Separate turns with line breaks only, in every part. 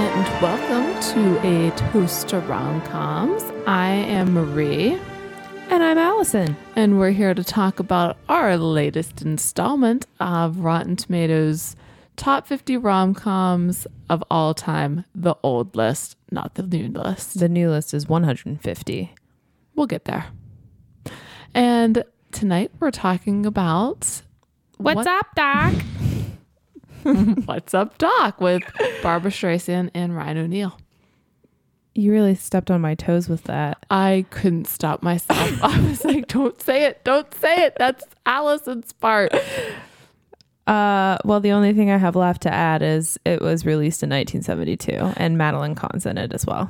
Welcome to a toast to rom-coms. I am Marie,
And I'm Allison.
and we're here to talk about our latest installment of Rotten Tomatoes' top 50 rom-coms of all time, the old list, not the new list.
The new list is 150.
We'll get there. And tonight we're talking about
What's
What-
up, Doc?
What's Up Doc with Barbara Streisand and Ryan O'Neal.
You really stepped on my toes with that.
I couldn't stop myself. I was like, don't say it. Don't say it. That's Allison's part.
Uh, well, the only thing I have left to add is it was released in 1972, and Madeline Kahn's in it as well.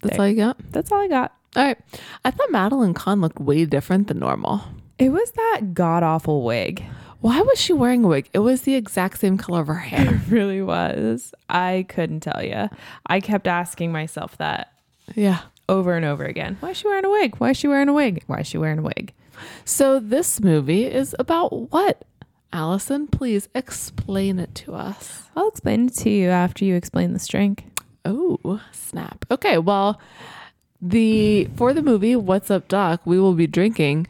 That's all you got?
That's all I got.
All right. I thought Madeline Kahn looked way different than normal.
It was that god awful wig.
Why was she wearing a wig? It was the exact same color of her hair.
It really was. I couldn't tell you. I kept asking myself that
yeah.
over and over again. Why is she wearing a wig? Why is she wearing a wig? Why is she wearing a wig?
So this movie is about what? Allison, please explain it to us.
I'll explain it to you after you explain this drink.
Oh, snap. Okay, well, the for the movie What's Up Doc, we will be drinking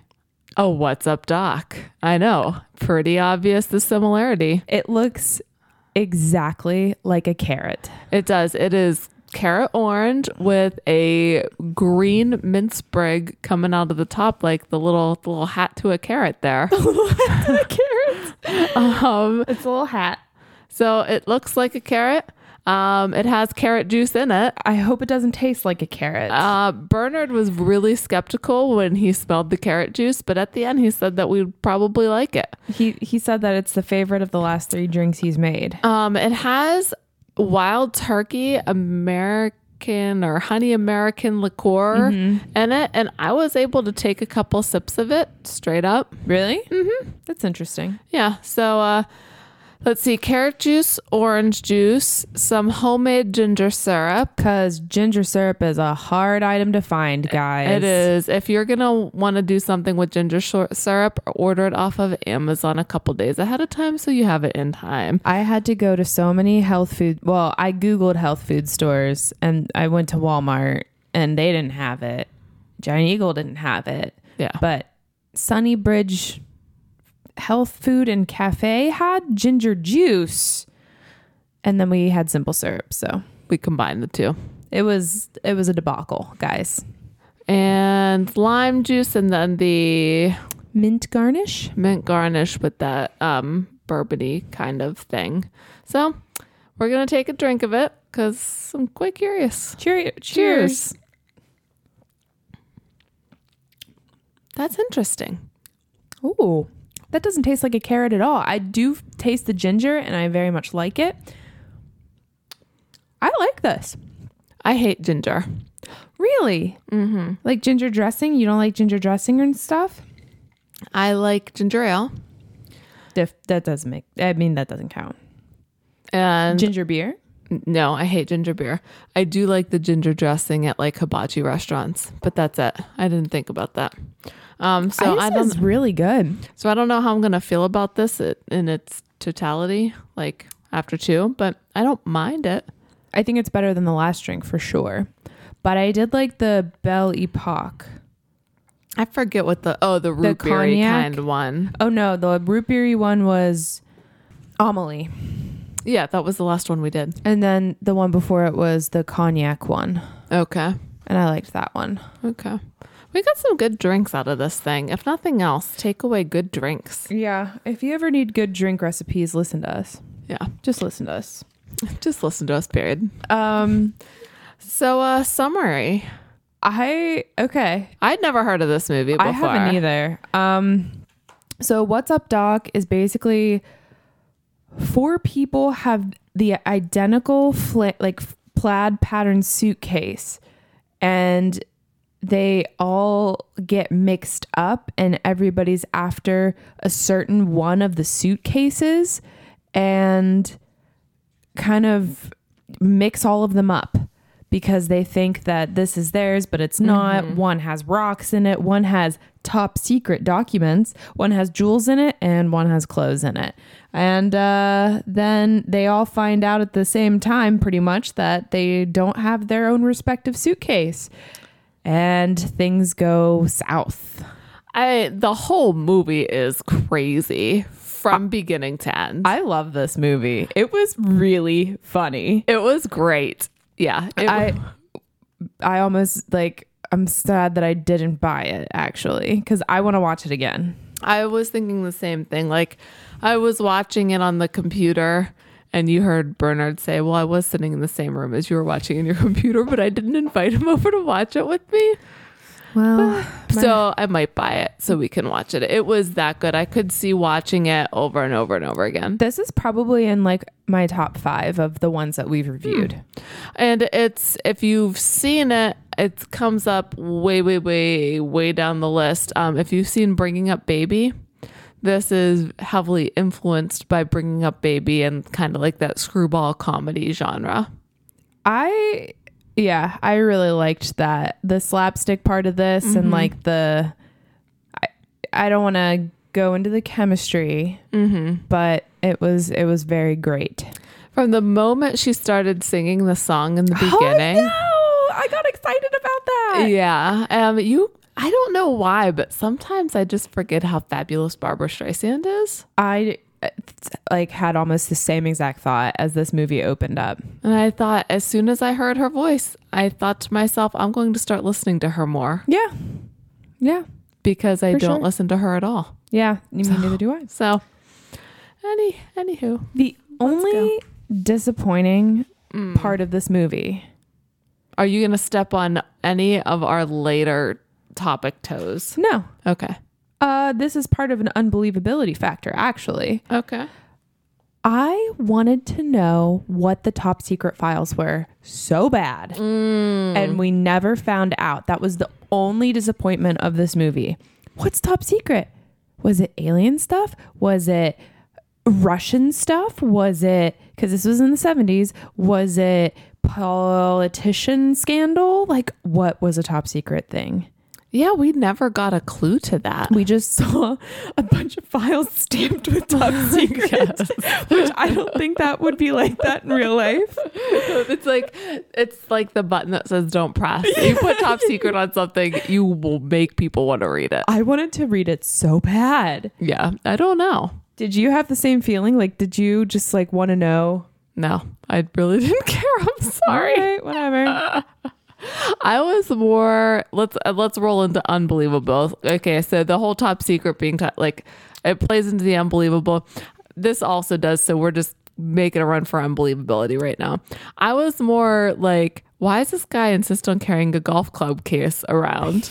a What's Up Doc. I know. Pretty obvious the similarity.
It looks exactly like a carrot.
It does. It is carrot orange with a green mint sprig coming out of the top, like the little the little hat to a carrot there.
carrot.
um,
It's a little hat.
so it looks like a carrot. Um, it has carrot juice in it.
I hope it doesn't taste like a carrot.
Uh, Bernard was really skeptical when he smelled the carrot juice, but at the end he said that we'd probably like it.
he he said that it's the favorite of the last three drinks he's made.
Um, it has wild turkey American or honey American liqueur in it, and I was able to take a couple sips of it straight up.
Really? Mm-hmm. That's interesting.
Yeah. So uh, let's see: carrot juice, orange juice, some homemade ginger syrup.
Cause ginger syrup is a hard item to find, guys.
It is. If you're gonna want to do something with ginger shor- syrup, order it off of Amazon a couple days ahead of time so you have it in time.
I had to go to so many health food. Well, I googled health food stores, and I went to Walmart, and they didn't have it. Giant Eagle didn't have it.
Yeah.
but Sunnybridge Health Food and Cafe had ginger juice, and then we had simple syrup. So
We combine the two.
it was it was a debacle, guys.
And lime juice, and then the
Mint garnish.
mint garnish with that um bourbony kind of thing. So we're gonna take a drink of it because I'm quite curious.
Cheerio,
Cheers. That's interesting.
Ooh, that doesn't taste like a carrot at all. I do f- taste the ginger, and I very much like it. I like this.
I hate ginger.
Really? Mm-hmm. Like ginger dressing? You don't like ginger dressing and stuff?
I like ginger ale
Dif- that doesn't make. I mean, that doesn't count.
and
Ginger beer.
No, I hate ginger beer. I do like the ginger dressing at like hibachi restaurants, but that's it. I didn't think about that. Um, so I,
Ice
don't.
is really good.
So I don't know how I'm gonna feel about this i- in its totality, like after two. But I don't mind it.
I think it's better than the last drink for sure. But I did like the Belle Epoque.
I forget what the oh the root beer
cognac?
kind one.
Oh no, the root beery one was Amelie,
Yeah, that was the last one we did.
and then the one before it was the cognac one,
Okay,
and I liked that one.
okay. We got some good drinks out of this thing. If nothing else, take away good drinks.
Yeah, if you ever need good drink recipes, listen to us.
Yeah,
Just listen to us.
just listen to us. Period.
Um,
So, uh, summary.
I okay.
I'd never heard of this movie before.
I haven't either. Um, so what's up, Doc? Is basically four people have the identical fl- like plaid pattern suitcase, and they all get mixed up, and everybody's after a certain one of the suitcases, and kind of mix all of them up because they think that this is theirs, but it's not. One has rocks in it, one has top secret documents, one has jewels in it, and one has clothes in it. And uh, then they all find out at the same time, pretty much, that they don't have their own respective suitcase. And things go south.
I the whole movie is crazy from beginning to end.
I love this movie. It was really funny.
it was great. Yeah. It,
I I almost like I'm sad that I didn't buy it actually because I want to watch it again.
I was thinking the same thing. Like I was watching it on the computer and you heard Bernard say, "Well, I was sitting in the same room as you were watching in your computer, but I didn't invite him over to watch it with me."
Well,
So, I might buy it so we can watch it. It was that good. I could see watching it over and over and over again.
this is probably in like my top five of the ones that we've reviewed.
And it's if you've seen it, it comes up way, way, way, way down the list. Um, if you've seen Bringing Up Baby, this is heavily influenced by Bringing Up Baby and kind of like that screwball comedy genre.
I yeah, I really liked that the slapstick part of this and like the I I don't want to go into the chemistry, but it was it was very great.
From the moment she started singing the song in the beginning,
Oh, I got excited about that.
yeah, um, you. I don't know why, but sometimes I just forget how fabulous Barbara Streisand is.
I uh, th- like had almost the same exact thought as this movie opened up.
And I thought, as soon as I heard her voice, I thought to myself, I'm going to start listening to her more.
Yeah. Yeah.
because I
For
don't
sure.
listen to her at all.
Yeah. You mean neither do I.
So, any anywho,
The only disappointing part of this movie.
are you gonna step on any of our later topic toes?
No.
Okay,
Uh this is part of an unbelievability factor actually.
okay.
I wanted to know what the top secret files were so bad. And we never found out. That was the only disappointment of this movie. What's top secret? Was it alien stuff? Was it Russian stuff? Was it, because this was in the 70s, was it politician scandal? Like, what was a top secret thing?
Yeah, we never got a clue to that.
We just saw a bunch of files stamped with top secret, which I don't think that would be like that in real life.
It's like it's like the button that says "Don't press." You put top secret on something, you will make people want to read it.
I wanted to read it so bad.
Yeah, I don't know.
Did you have the same feeling? Like, did you just like want to know?
No, I really didn't care. I'm sorry. Uh,
All right, whatever.
I was more let's uh, let's roll into unbelievable. Okay, so the whole top secret being cut like it plays into the unbelievable. This also does so we're just making a run for unbelievability right now. I was more like why does this guy insist on carrying a golf club case around?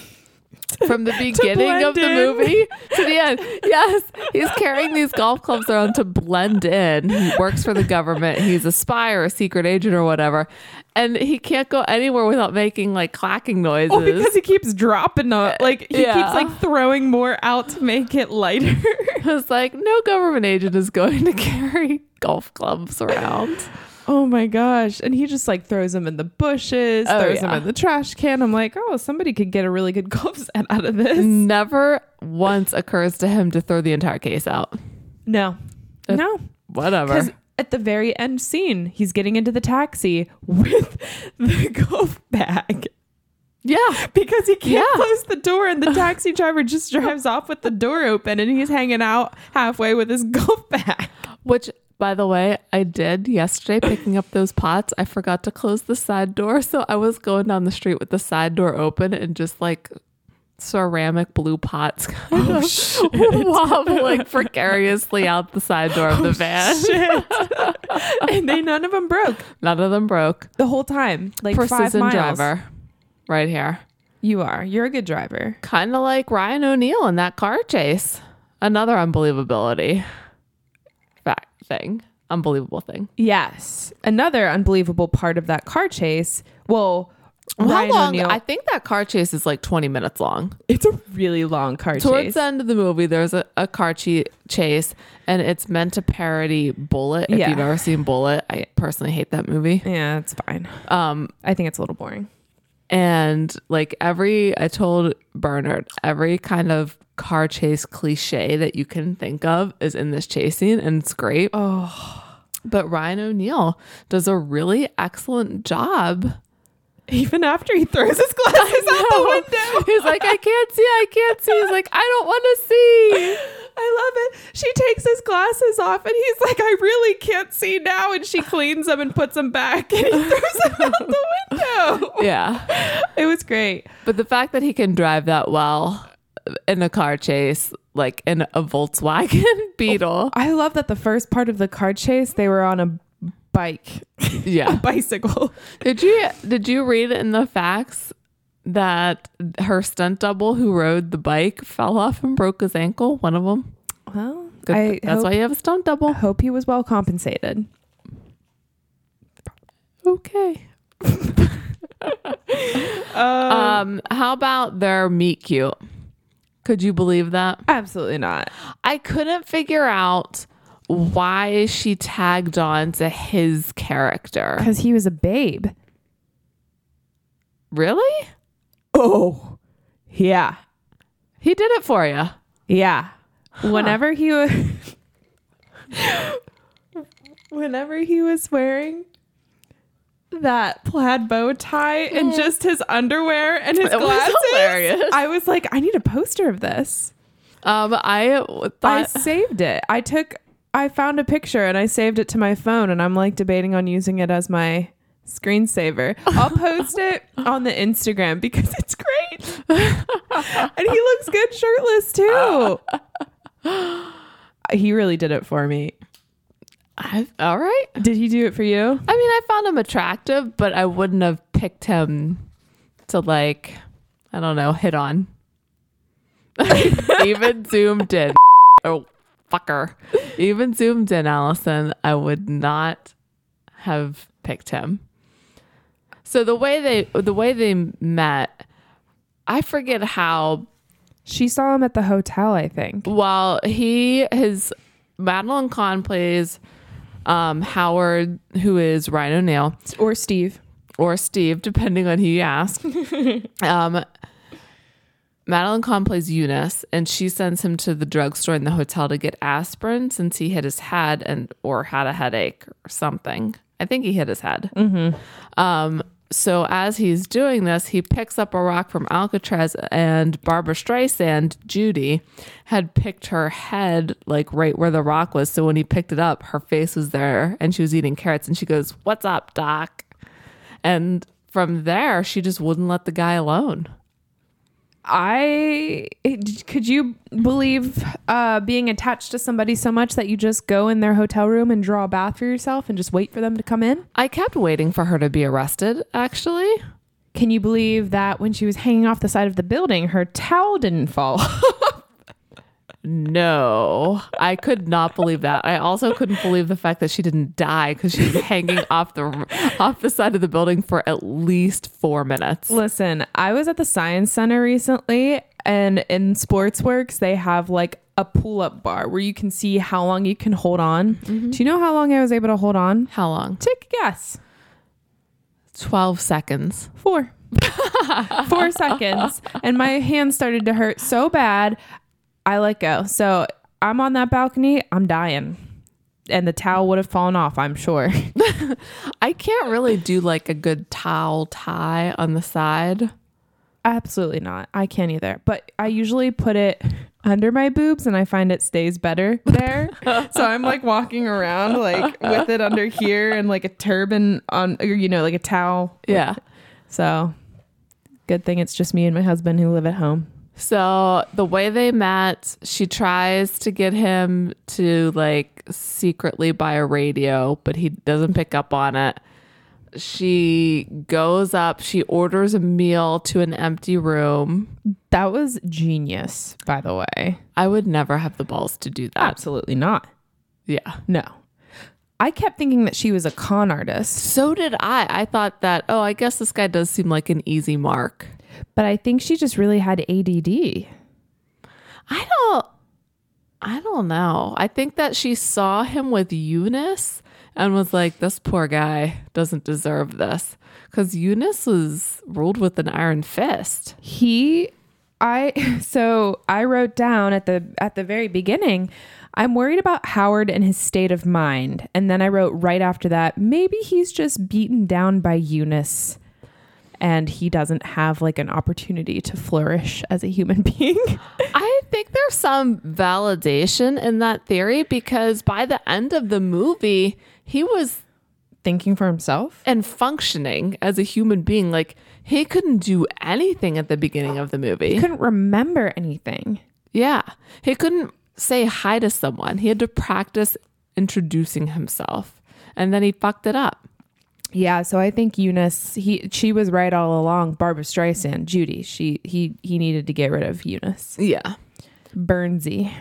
From the beginning of the
blend in.
movie to the end. Yes, he's carrying these golf clubs around to blend in. He works for the government. He's a spy or a secret agent or whatever. And he can't go anywhere without making like clacking noises.
Well, Oh, because he keeps dropping the like he
Uh, Yeah.
keeps like throwing more out to make it lighter.
It's like no government agent is going to carry golf clubs around.
oh my gosh! And he just like throws them in the bushes,
Oh,
throws them
yeah.
in the trash can. I'm like, oh, somebody could get a really good golf set out of this.
Mm. Never once occurs to him to throw the entire case out.
No, no, because
Whatever.
at the very end scene, he's getting into the taxi with the golf bag.
Yeah.
because he can't
Yeah.
close the door and the taxi driver just drives off with the door open and he's hanging out halfway with his golf bag.
Which, by the way, I did yesterday picking up those pots. I forgot to close the side door. So I was going down the street with the side door open and just like ceramic blue pots kind of wobbling precariously out the side door of the van.
Shit. and they none of them broke
None of them broke.
the whole time. Like five
Precision
miles.
driver right here.
You are. You're a good driver.
Kind of like Ryan O'Neal in that car chase. Another unbelievability fact thing. Unbelievable thing.
Yes. Another unbelievable part of that car chase. Well,
Well, How
Ryan
long?
O'Neal.
I think that car chase is like 20 minutes long.
It's a really long car
Towards
chase.
the end of the movie, there's a, a car che- chase, and it's meant to parody Bullet. If
Yeah.
you've ever seen Bullet, I personally hate that movie.
yeah, it's fine.
Um,
I think it's a little boring.
and like every, I told Bernard, every kind of car chase cliche that you can think of is in this chase scene, and it's great.
Oh,
But Ryan O'Neal does a really excellent job.
even after he throws his glasses out the window.
He's like, I can't see, I can't see. He's like, I don't want to see.
I love it. She takes his glasses off and he's like, I really can't see now. And she cleans them and puts them back and he throws them out the window.
Yeah.
It was great.
But the fact that he can drive that well in a car chase, like in a Volkswagen Beetle.
I love that the first part of the car chase, they were on a bike, a
Yeah.
bicycle.
Did you did you read in the facts that her stunt double who rode the bike fell off and broke his ankle? One of them.
Well,
Good.
I
That's
hope,
why you have a stunt double.
hope he was well compensated.
Okay.
Uh,
um, how about their meet cute? Could you believe that?
Absolutely not.
I couldn't figure out why she tagged on to his character.
Because he was a babe.
Really?
Oh, yeah.
He did it for you.
Yeah. Whenever he was Whenever he was wearing that plaid bow tie and just his underwear and his
Mm. It was
glasses,
hilarious.
I was like, I need a poster of this.
Um, I w-
I
thought
saved it. I took I found a picture and I saved it to my phone and I'm like debating on using it as my screensaver. I'll post it on the Instagram because it's great. and he looks good shirtless too. he really did it for me.
I, all right.
Did he do it for you?
I mean, I found him attractive, but I wouldn't have picked him to like, I don't know, hit on. Even zoomed in. Oh, fucker. Even zoomed in, Allison, I would not have picked him. So the way they the way they met, I forget how
She saw him at the hotel, I think.
while he his Madeline Kahn plays um, Howard, who is Ryan O'Neill,
Or Steve.
or Steve, depending on who you ask. um, Madeline Kahn plays Eunice, and she sends him to the drugstore in the hotel to get aspirin since he hit his head and or had a headache or something. I think he hit his head. Um, so as he's doing this, he picks up a rock from Alcatraz, and Barbara Streisand, Judy, had picked her head like right where the rock was. So when he picked it up, her face was there, and she was eating carrots. And she goes, "What's up, Doc?" And from there, she just wouldn't let the guy alone.
I could you believe uh, being attached to somebody so much that you just go in their hotel room and draw a bath for yourself and just wait for them to come in?
I kept waiting for her to be arrested, actually.
Can you believe that when she was hanging off the side of the building, her towel didn't fall?
No, I could not believe that. I also couldn't believe the fact that she didn't die because she was hanging off the off the side of the building for at least four minutes.
Listen, I was at the science center recently, and in Sportsworks, they have like a pull-up bar where you can see how long you can hold on. Do you know how long I was able to hold on?
How long?
Take a guess.
Twelve seconds.
Four. Four seconds. And my hand started to hurt so bad, I let go. So I'm on that balcony, I'm dying. And the towel would have fallen off, I'm sure.
I can't really do like a good towel tie on the side.
Absolutely not. I can't either. But I usually put it under my boobs and I find it stays better there. so I'm like walking around like with it under here and like a turban on or you know like a towel.
Yeah.
So good thing it's just me and my husband who live at home.
So the way they met, she tries to get him to like secretly buy a radio, but he doesn't pick up on it. She goes up, she orders a meal to an empty room.
That was genius, by the way.
Ah. I would never have the balls to do that.
Absolutely not.
Yeah.
No. I kept thinking that she was a con artist,
So did I. I thought that, oh, I guess this guy does seem like an easy mark.
but I think she just really had ADD.
I don't I don't know. I think that she saw him with Eunice and was like, this poor guy doesn't deserve this. Because Eunice was ruled with an iron fist.
He I so I wrote down at the at the very beginning, I'm worried about Howard and his state of mind. And then I wrote right after that, maybe he's just beaten down by Eunice and he doesn't have like an opportunity to flourish as a human being.
I think there's some validation in that theory because by the end of the movie, he was
Thinking for himself.
and functioning as a human being. Like he couldn't do anything at the beginning of the movie.
Couldn't remember anything.
Yeah. He couldn't say hi to someone. He had to practice introducing himself. And then he fucked it up.
Yeah, so I think Eunice he she was right all along. Barbara Streisand, Judy, she he he needed to get rid of Eunice.
Yeah.
Bernsey.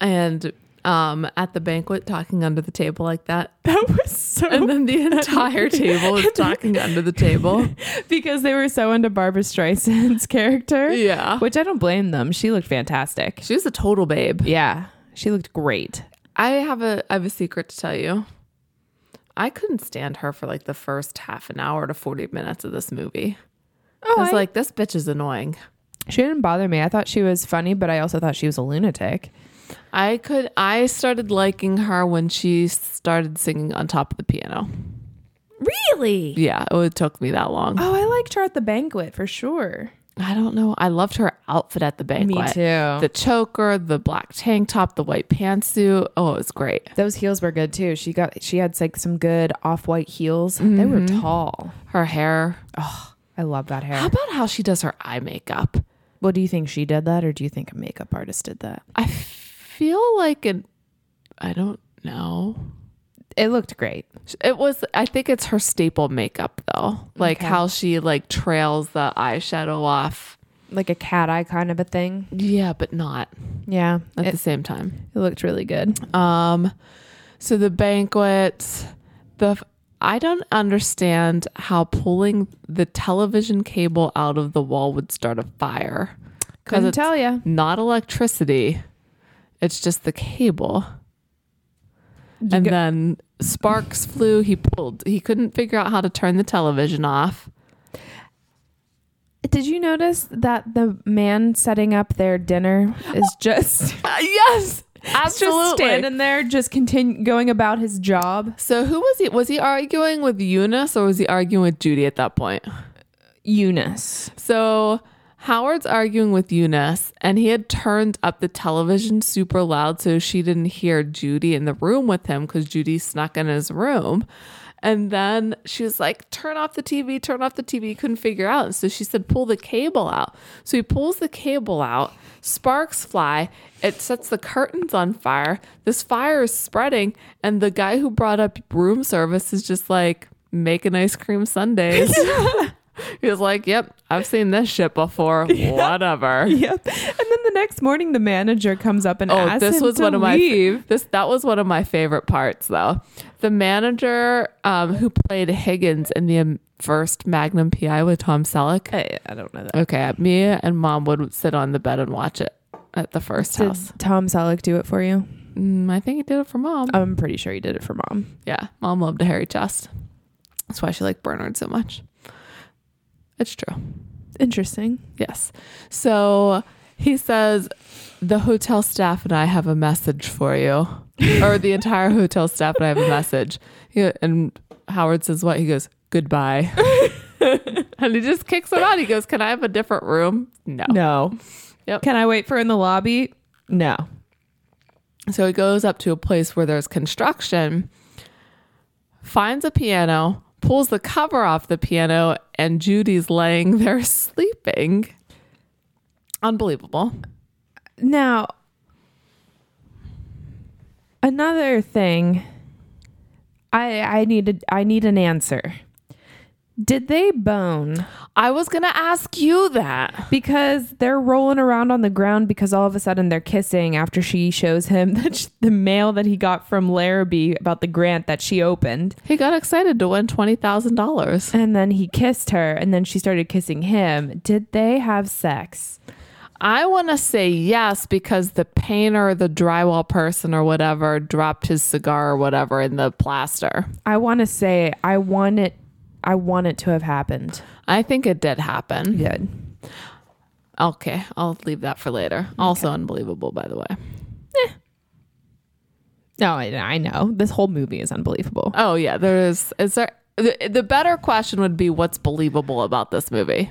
And um at the banquet talking under the table like that.
That was so
And then the entire table is talking under the table.
because they were so into Barbara Streisand's character.
Yeah.
Which I don't blame them. She looked fantastic.
She's a total babe.
Yeah. She looked great.
I have a I have a secret to tell you. I couldn't stand her for like the first half an hour to 40 minutes of this movie.
Oh,
I was like, this bitch is annoying.
she didn't bother me. I thought she was funny, but I also thought she was a lunatic.
I could I started liking her when she started singing on top of the piano.
Really?
Yeah, oh, it took me that long.
Oh, I liked her at the banquet for sure.
I don't know. I loved her outfit at the banquet.
too.
The choker, the black tank top, the white pantsuit. Oh, it was great.
Those heels were good too. She got she had like some good off-white heels. They were tall.
Her hair.
Oh. I love that
How
hair.
about how she does her eye makeup?
Well, do you think she did that or do you think a makeup artist did that?
I feel like an I don't know.
It looked great.
It was I think it's her staple makeup though. Like how she like trails the eyeshadow off.
Like a cat eye kind of a thing.
Yeah, but not
Yeah.
at
It,
the same time.
it looked really good.
Um, so the banquet, the I don't understand how pulling the television cable out of the wall would start a fire because
Couldn't
it's
tell you.
not electricity; it's just the cable. and
go-
then sparks flew. He pulled. He couldn't figure out how to turn the television off.
Did you notice that the man setting up their dinner is just
yes,
is Uh, just standing there, just continue going about his job?
So who was he? Was he arguing with Eunice or was he arguing with Judy at that point?
Eunice.
So Howard's arguing with Eunice, and he had turned up the television super loud so she didn't hear Judy in the room with him because Judy snuck in his room. And then she was like, turn off the TV, turn off the TV. He couldn't figure out. So she said, pull the cable out. So he pulls the cable out, sparks fly, it sets the curtains on fire. This fire is spreading, and the guy who brought up room service is just like, making ice cream sundaes. He was like, "Yep, I've seen this shit before. Whatever."
Yep. And then the next morning, the manager comes up and
Oh,
asks
this
him
was
to
one of my
leave.
this that was one of my favorite parts though. The manager um, who played Higgins in the um, first Magnum PI with Tom Selleck.
I, I don't know that.
Okay, me and mom would sit on the bed and watch it at the first
Did
house.
Tom Selleck do it for you?
Mm, I think he did it for mom.
I'm pretty sure he did it for mom.
Yeah, mom loved a hairy chest. That's why she liked Bernard so much. It's true.
Interesting.
Yes. So he says, The hotel staff and I have a message for you. or the entire hotel staff and I have a message. He- and Howard says, What? He goes, Goodbye. and he just kicks him out. He goes, Can I have a different room? No.
No.
Yep.
Can I wait for in the lobby? No.
So he goes up to a place where there's construction, finds a piano, pulls the cover off the piano, and Judy's laying there sleeping. Unbelievable.
Now, another thing, I I needed I need an answer. Did they bone?
I was going to ask you that.
Because they're rolling around on the ground because all of a sudden they're kissing after she shows him that sh the mail that he got from Larrabee about the grant that she opened.
He got excited to win $20,000.
And then he kissed her and then she started kissing him. Did they have sex?
I want to say yes because the painter, or the drywall person, or whatever dropped his cigar or whatever in the plaster.
I want to say I want it I want it to have happened.
I think it did happen.
Good.
Okay, I'll leave that for later. Also unbelievable, by the way.
No, I, I know. This whole movie is unbelievable.
Oh yeah, there is. Is there? The, the better question would be, what's believable about this movie?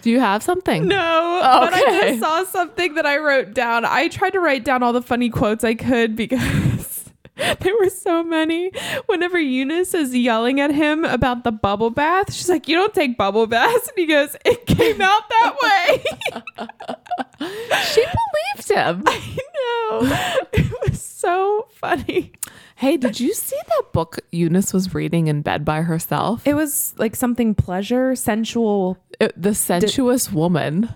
Do you have something?
No, but I
Okay.
just saw something that I wrote down. I tried to write down all the funny quotes I could because there were so many. Whenever Eunice is yelling at him about the bubble bath, she's like, You don't take bubble baths. And he goes, It came out that way.
She believed him.
I know. It was so funny.
hey, did you see that book Eunice was reading in bed by herself?
It was like something pleasure, sensual.
It- the sensuous woman.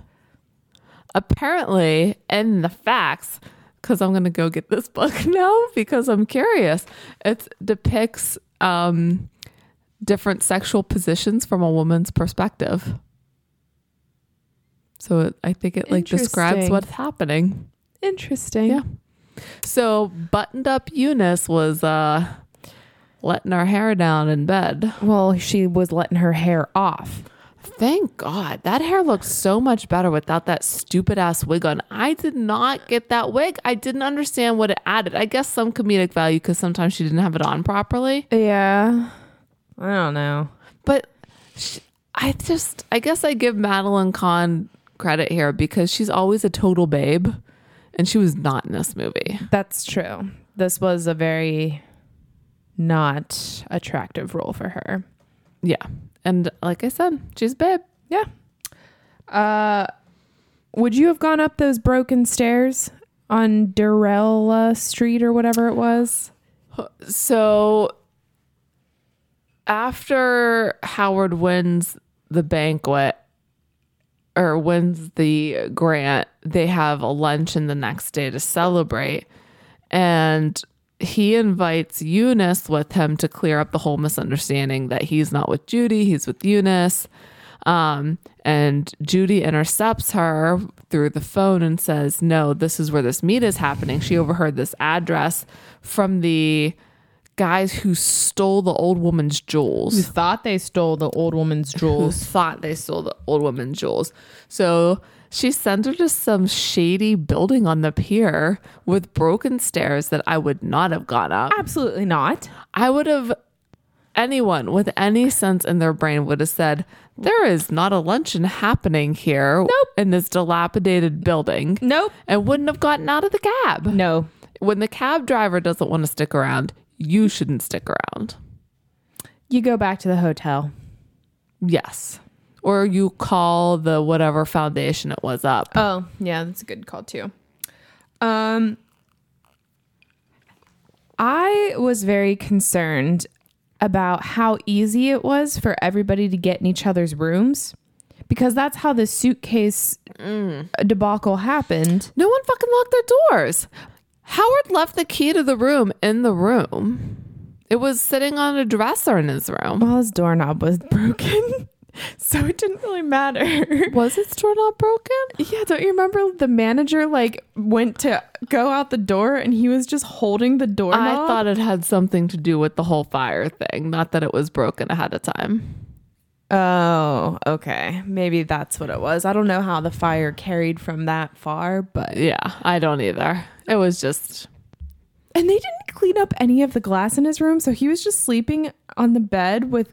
Apparently, in the facts, because I'm gonna go get this book now because I'm curious. It depicts um, different sexual positions from a woman's perspective. So it, I think it like describes
Interesting.
what's happening.
Interesting.
Yeah. So buttoned up Eunice was uh, letting her hair down in bed.
Well, she was letting her hair off.
Thank God. That hair looks so much better without that stupid ass wig on. I did not get that wig. I didn't understand what it added. I guess some comedic value because sometimes she didn't have it on properly.
Yeah. I don't know.
But sh I just, I guess I give Madeline Kahn credit here because she's always a total babe and she was not in this movie.
That's true. This was a very not attractive role for her.
Yeah. And like I said, she's a babe.
Yeah. Uh would you have gone up those broken stairs on Durella Street or whatever it was?
So after Howard wins the banquet or wins the grant, they have a luncheon the next day to celebrate. And he invites Eunice with him to clear up the whole misunderstanding that he's not with Judy, he's with Eunice. Um, and Judy intercepts her through the phone and says, No, this is where this meet is happening. She overheard this address from the guys who stole the old woman's jewels
thought they stole the old woman's jewels.
who thought they stole the old woman's jewels. So she sent her to some shady building on the pier with broken stairs that I would not have gone up.
Absolutely not.
I would have, anyone with any sense in their brain would have said, There is not a luncheon happening here in this dilapidated building.
Nope.
And wouldn't have gotten out of the cab.
No.
When the cab driver doesn't want to stick around, you shouldn't stick around.
You go back to the hotel.
Yes. Or you call the whatever foundation it was up.
Oh, yeah, that's a good call too. Um I was very concerned about how easy it was for everybody to get in each other's rooms because that's how the suitcase uh, debacle happened.
No one fucking locked their doors. Howard left the key to the room in the room. It was sitting on a dresser in his room.
Well, his doorknob was broken. So it didn't really matter.
Was his door not broken?
Yeah, don't you remember the manager like went to go out the door and he was just holding the doorknob?
I thought it had something to do with the whole fire thing, not that it was broken ahead of time.
Oh, okay. Maybe that's what it was. I don't know how the fire carried from that far, but.
Yeah, I don't either. It was just
And they didn't clean up any of the glass in his room, so he was just sleeping on the bed with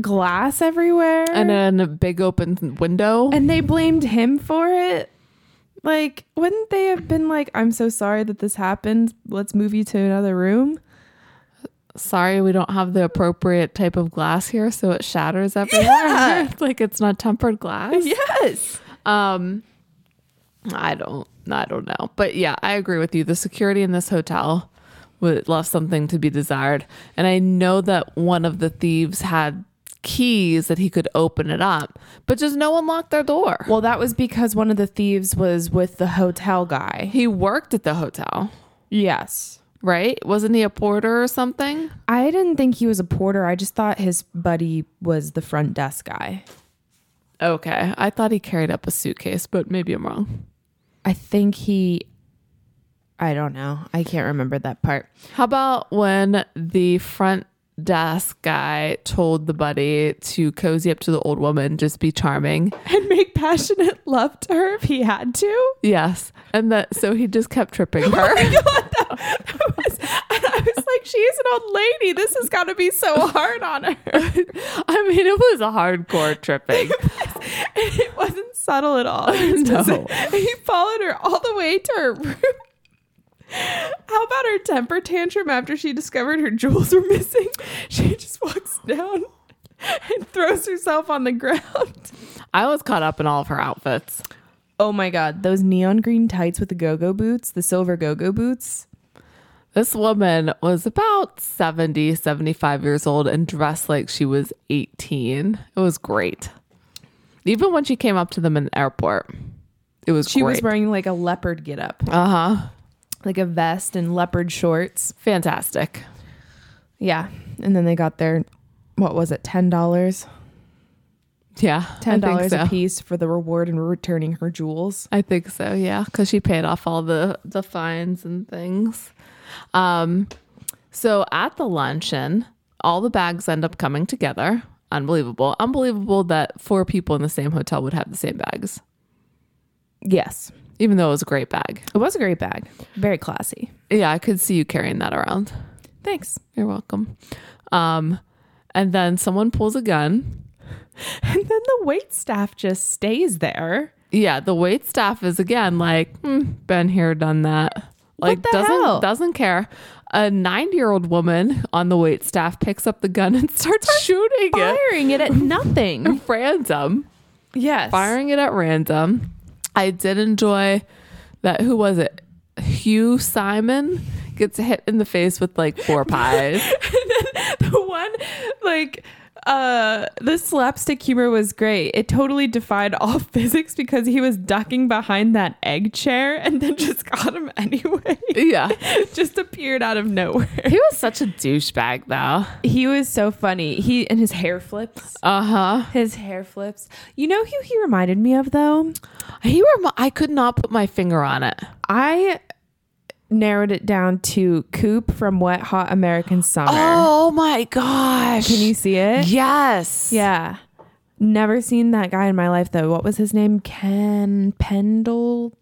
glass everywhere.
and then a big open window.
and they blamed him for it. Like, wouldn't they have been like, I'm so sorry that this happened. Let's move you to another room?
Sorry, we don't have the appropriate type of glass here, so it shatters everywhere. Yeah. like it's not tempered glass.
Yes.
Um, I don't, I don't know, but yeah, I agree with you. The security in this hotel wa- left something to be desired, and I know that one of the thieves had keys that he could open it up, but just no one locked their door.
Well, that was because one of the thieves was with the hotel guy.
He worked at the hotel,
Yes.
right? Wasn't he a porter or something?
I didn't think he was a porter. I just thought his buddy was the front desk guy.
Okay. I thought he carried up a suitcase, but maybe I'm wrong.
I think he I don't know. I can't remember that part.
How about when the front desk guy told the buddy to cozy up to the old woman, just be charming?
And make passionate love to her if he had to.
Yes. And that so he just kept
Oh
tripping her.
I was like, she is an old lady. This has got to be so hard on her.
I mean, it was a hardcore tripping.
It wasn't subtle at all.
no.
he followed her all the way to her room. How about her temper tantrum after she discovered her jewels were missing? She just walks down and throws herself on the ground.
I was caught up in all of her outfits.
Oh my god, those neon green tights with the go-go boots, the silver go-go boots.
This woman was about 70, 75 years old and dressed like she was 18. It was great. Even when she came up to them in the airport, it was
She
great.
was wearing like a leopard getup,
uh
Uh-huh.
huh.
like a vest and leopard shorts.
Fantastic.
Yeah. And then they got their what was it? $10.
Yeah. I think
$10
so.
a piece for the reward and returning her jewels.
I think so, yeah, because she paid off all the the fines and things. Um, so at the luncheon, all the bags end up coming together. Unbelievable, unbelievable that four people in the same hotel would have the same bags,
Yes.
even though it was a great bag.
It was a great bag. Very classy.
Yeah, I could see you carrying that around.
Thanks.
You're welcome. Um, and then someone pulls a gun.
And then the wait staff just stays there.
Yeah, the wait staff is again like, hmm, been here, done that. Like
the
doesn't
hell?
doesn't care. A nine year old woman on the wait staff picks up the gun and starts shooting it
Firing it at nothing.
at random.
yes.
Firing it at random. I did enjoy that who was it? Hugh Simon gets hit in the face with like four pies.
The one, like, uh, the slapstick humor was great. It totally defied all physics because he was ducking behind that egg chair and then just got him anyway.
yeah.
It just appeared out of nowhere.
He was such a douchebag though.
He was so funny. He and his hair flips.
Uh-huh.
His hair flips. You know who he reminded me of though?
He rem- I could not put my finger on it.
I narrowed it down to Coop from Wet Hot American Summer.
Oh my gosh.
Can you see it?
Yes.
Yeah. Never seen that guy in my life though. What was his name? Ken Pendle.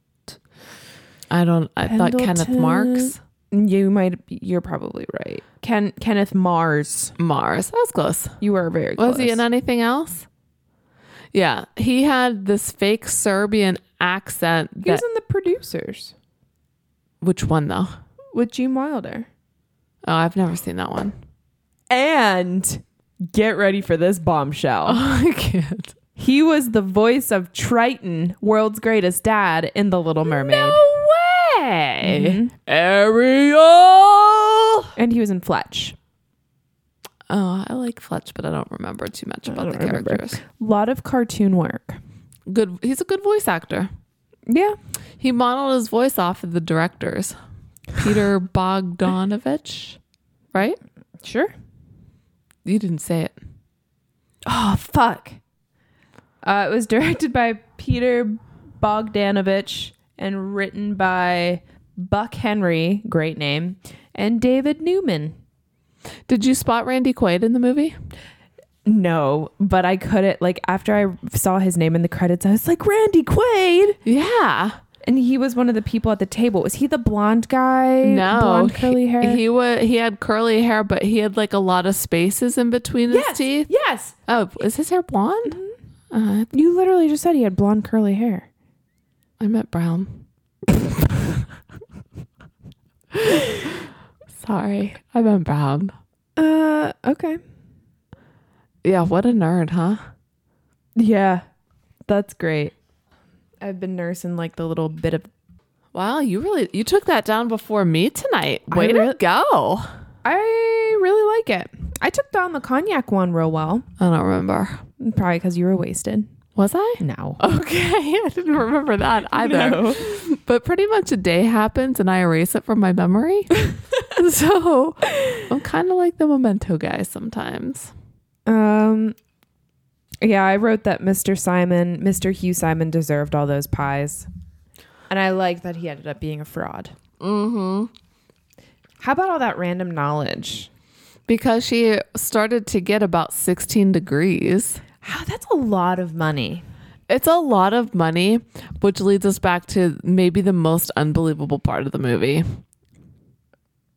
I don't. I thought Kenneth
Pendleton.
Marks
You might. You're probably right. Ken Kenneth Mars.
Mars. That was close.
You were very close.
Was he in anything else? Yeah, he had this fake Serbian accent.
He was
that-
in the producers
which one though?
with Gene Wilder.
Oh, I've never seen that one.
And get ready for this bombshell.
Oh, I can't.
He was the voice of Triton, world's greatest dad, in The Little Mermaid.
No way. Ariel.
And he was in Fletch.
Oh, I like Fletch, but I don't remember too much about the
don't remember.
characters.
lot of cartoon work.
Good. He's a good voice actor.
Yeah.
He modeled his voice off of the directors, Peter Bogdanovich, right?
Sure.
You didn't say it.
Oh, fuck. Uh, it was directed by Peter Bogdanovich and written by Buck Henry, great name, and David Newman.
Did you spot Randy Quaid in the movie?
No, but I couldn't. Like, after I saw his name in the credits, I was like, Randy Quaid.
Yeah.
And he was one of the people at the table. Was he the blonde guy?
No.
blonde curly hair.
He, he wa- he had curly hair, but he had like a lot of spaces in between his teeth.
Yes.
Oh, is his hair blonde? Uh,
You literally just said he had blonde curly hair.
I meant brown. Sorry, I meant brown.
Uh, okay.
Yeah, what a nerd, huh?
Yeah, that's great. I've been nursing like the little bit of.
Wow, you really you took that down before me tonight. Way to
really-
go.
I really like it. I took down the cognac one real well,
I don't remember.
probably because you were wasted.
Was I?
No.
Okay, I didn't remember that either. But pretty much a day happens and I erase it from my memory. so I'm kind of like the memento guy sometimes.
Um, yeah, I wrote that Mr. Simon, Mr. Hugh Simon deserved all those pies. And I like that he ended up being a fraud.
Mm-hmm.
How about all that random knowledge?
Because she started to get about 16 degrees.
How that's a lot of money.
It's a lot of money, which leads us back to maybe the most unbelievable part of the movie.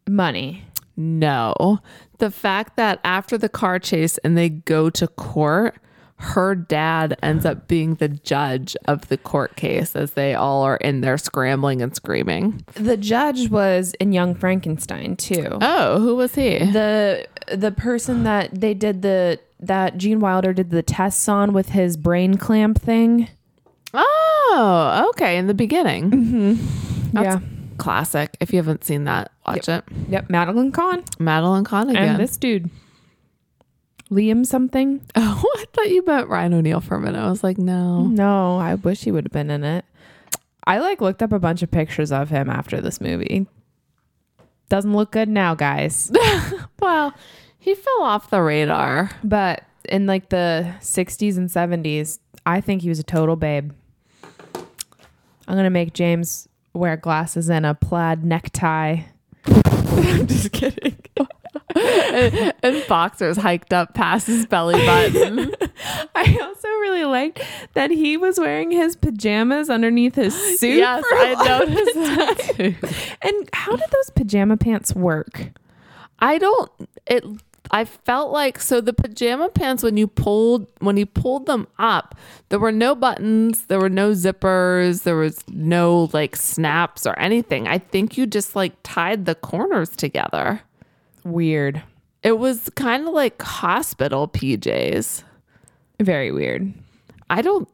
Money.
No. The fact that after the car chase and they go to court, her dad ends up being the judge of the court case as they all are in there scrambling and screaming.
The judge was in Young Frankenstein too.
Oh, who was he?
The the person that they did the that Gene Wilder did the tests on with his brain clamp thing.
Oh, okay. In the beginning.
Yeah.
Classic. If you haven't seen that, watch it.
Yep. Madeline Kahn
Madeline Connigan.
and this dude. Liam something.
oh, I thought you meant Ryan O'Neal for a minute. I was like, no.
No, I wish he would have been in it. I like looked up a bunch of pictures of him after this movie. Doesn't look good now, guys.
Well, he fell off the radar.
but in like the 60s and 70s, I think he was a total babe. I'm going to make James wear glasses and a plaid necktie. I'm just kidding.
and, and boxers hiked up past his belly button.
I also really liked that he was wearing his pajamas underneath his suit.
Yes,
for a
I
lot of
noticed
the
that
time. And how did those pajama pants work?
I don't it I felt like so the pajama pants when you pulled when you pulled them up, there were no buttons, there were no zippers, there was no like snaps or anything. I think you just like tied the corners together.
Weird.
It was kind of like hospital PJs.
Very weird.
I don't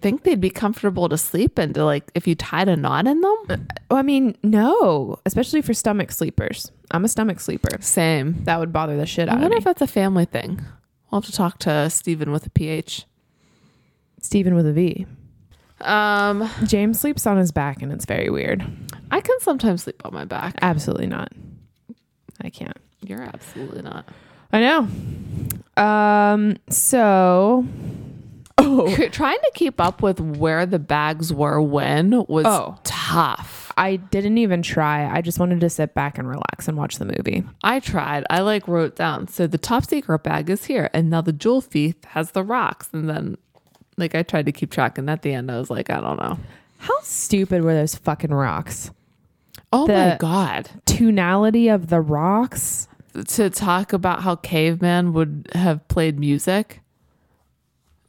think they'd be comfortable to sleep into like if you tied a knot in them.
Well, I mean, no, especially for stomach sleepers. I'm a stomach sleeper.
Same.
That would bother the shit
I
out of
wonder
me.
if that's a family thing. We'll have to talk to Stephen with a PH.
Steven with a V.
Um,
James sleeps on his back and it's very weird.
I can sometimes sleep on my back.
Absolutely not. I can't.
You're absolutely not.
I know. Um, so Oh,
C- Trying to keep up with where the bags were when was
Oh.
tough.
I didn't even try. I just wanted to sit back and relax and watch the movie.
I tried. I like wrote down. So the top secret bag is here, and now the jewel thief has the rocks, and then like I tried to keep track, and at the end I was like, I don't know.
How stupid were those fucking rocks?
Oh my
The-
god!
Tonality of the rocks.
To talk about how caveman would have played music,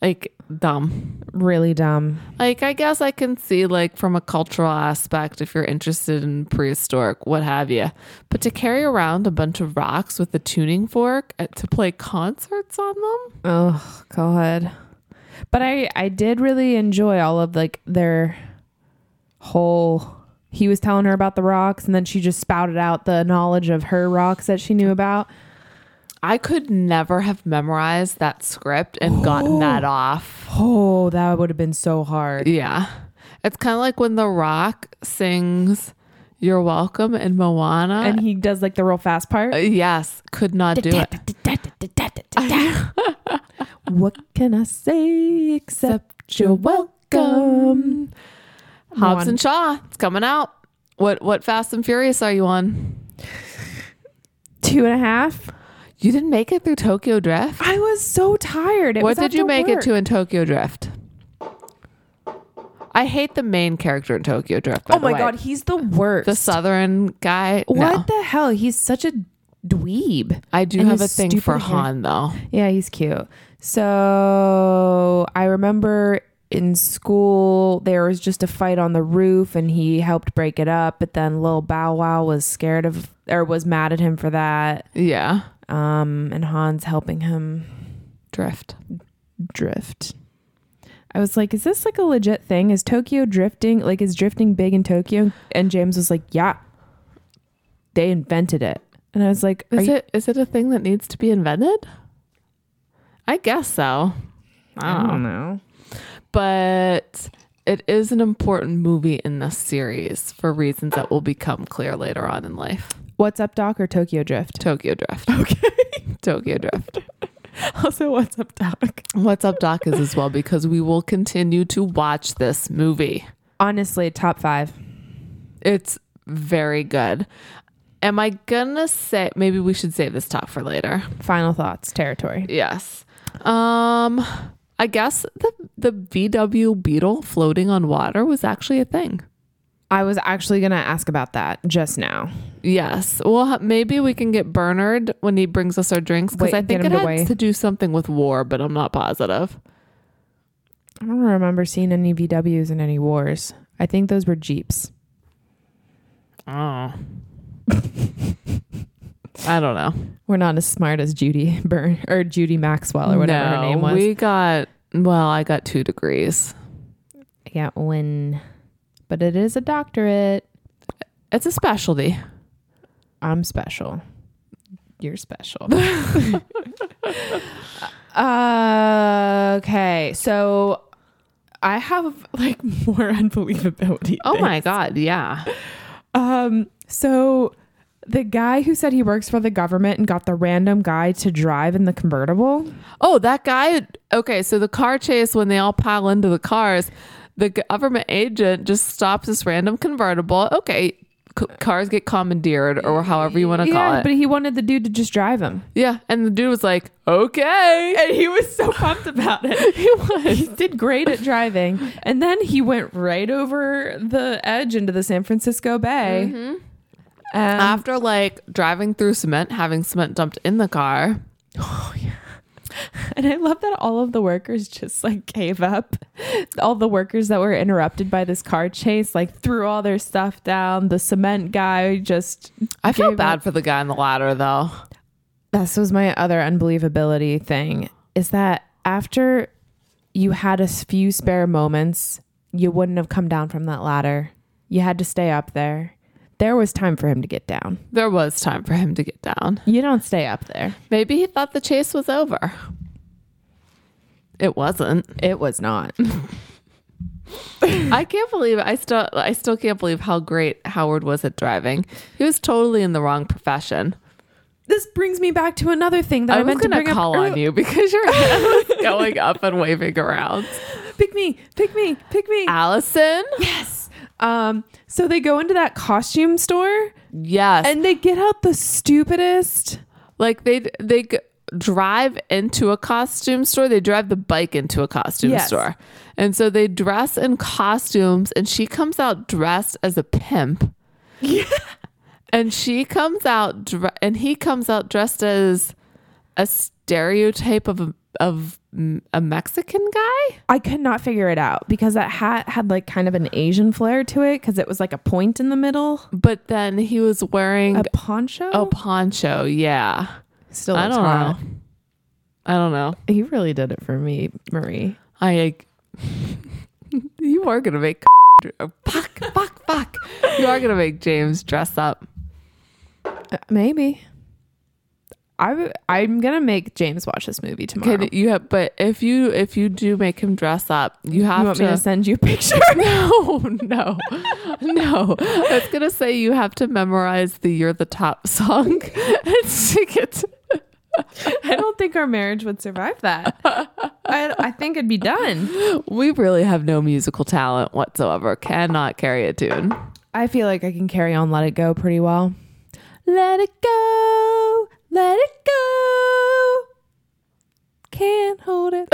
like dumb.
Really dumb.
Like, I guess I can see, like, from a cultural aspect, if you're interested in prehistoric, what have you. But to carry around a bunch of rocks with a tuning fork uh, to play concerts on them?
Oh God. But I I did really enjoy all of like their whole he was telling her about the rocks and then she just spouted out the knowledge of her rocks that she knew about.
I could never have memorized that script and gotten that off.
Oh, that would have been so hard.
Yeah. It's kind of like when The Rock sings You're Welcome in Moana.
And he does like the real fast part.
Uh, yes, could not do it.
what can I say except you're welcome?
Hobbs
Moana.
and Shaw, it's coming out. What what Fast and Furious are you on?
Two and a half.
You didn't make it through Tokyo Drift?
I was so tired. It
what
was
did you
after
make
work.
it to in Tokyo Drift? I hate the main character in Tokyo Drift. By
Oh
the
my
way.
god, he's the worst.
the southern guy.
What
No.
the hell? He's such a dweeb.
I do
And
have a
his
thing for
stupid hair.
Han though.
Yeah, he's cute. So I remember in school there was just a fight on the roof and he helped break it up, but then Lil Bow Wow was scared of or was mad at him for that.
Yeah,
Um and Han's helping him
Drift.
drift. I was like, is this like a legit thing? Is Tokyo drifting like is drifting big in Tokyo? And James was like, Yeah. They invented it. And I was like, are
Is
you-
it is it a thing that needs to be invented? I guess so.
I don't know.
But it is an important movie in this series for reasons that will become clear later on in life.
What's Up Doc or Tokyo Drift?
Tokyo Drift. Okay. Tokyo Drift.
Also, What's Up Doc?
What's up, Doc? Is as well because we will continue to watch this movie.
Honestly, top five.
It's very good. Am I gonna say maybe we should save this talk for later?
Final thoughts territory.
Yes. Um I guess the the VW Beetle floating on water was actually a thing.
I was actually going to ask about that just now.
Yes. Well, h- maybe we can get Bernard when he brings us our drinks because
Wait,
I
get
think
him
it
to
had
weigh.
to do something with war, but I'm not positive.
I don't remember seeing any VWs in any wars. I think those were Jeeps.
Oh. I don't know.
We're not as smart as Judy Byrne or Judy Maxwell or whatever her
No,
name was.
We got well, I got two degrees.
I got one, but it is a doctorate.
It's a specialty.
I'm special. You're special. Uh, okay, so I have like more unbelievability.
Oh
things.
my god, yeah.
Um, so the guy who said he works for the government and got the random guy to drive in the convertible.
Oh, that guy. Okay, so the car chase when they all pile into the cars, the government agent just stops this random convertible. Okay, c- cars get commandeered or however you want to call
Yeah,
it.
but he wanted the dude to just drive him.
yeah, and the dude was like, "Okay."
And he was so pumped about it. he was. He did great at driving. And then he went right over the edge into the San Francisco Bay. Um,
After like driving through cement, having cement dumped in the car.
and I love that all of the workers just like gave up. All the workers that were interrupted by this car chase like threw all their stuff down. The cement guy just
I feel
Gave
bad for the guy on the ladder though.
this was my other unbelievability thing is that after you had a s- few spare moments, you wouldn't have come down from that ladder. You had to stay up there. There was time for him to get down.
There was time for him to get down.
You don't stay up there.
Maybe he thought the chase was over. It wasn't.
It was not.
I can't believe I still I still can't believe how great Howard was at driving. He was totally in the wrong profession.
this brings me back to another thing that
I
I,
was
meant to
gonna
bring
call
up.
on you because your hand was going up and waving around.
Pick me, pick me, pick me.
Allison,
Yes. Um, so they go into that costume store
yes,
and they get out the stupidest.
like they they g- drive into a costume store. They drive the bike into a costume
Yes.
store, and so they dress in costumes. And she comes out dressed as a pimp.
Yeah.
And she comes out, dre- and he comes out dressed as a stereotype of a, of mm, a Mexican guy.
I could not figure it out because that hat had like kind of an Asian flair to it because it was like a point in the middle.
But then he was wearing
A
a,
poncho?
poncho. Yeah,
Oh, still
I
looks
don't
hot.
know. I don't know.
He really did it for me, Marie.
I. you are gonna make fuck, fuck, fuck. You are gonna make James dress up.
Uh, maybe. I w- I'm gonna make James watch this movie tomorrow.
Can you have? But if you if you do make him dress up, you have
you want
to.
me to send you a picture?
No, no, no. I was gonna say you have to memorize the "You're the Top" song and sing it.
I don't think our marriage would survive that. I, I think it'd be done.
We really have no musical talent whatsoever. Cannot carry a tune.
I feel like I can carry on Let It Go pretty well. Let it go, let it go. Can't hold it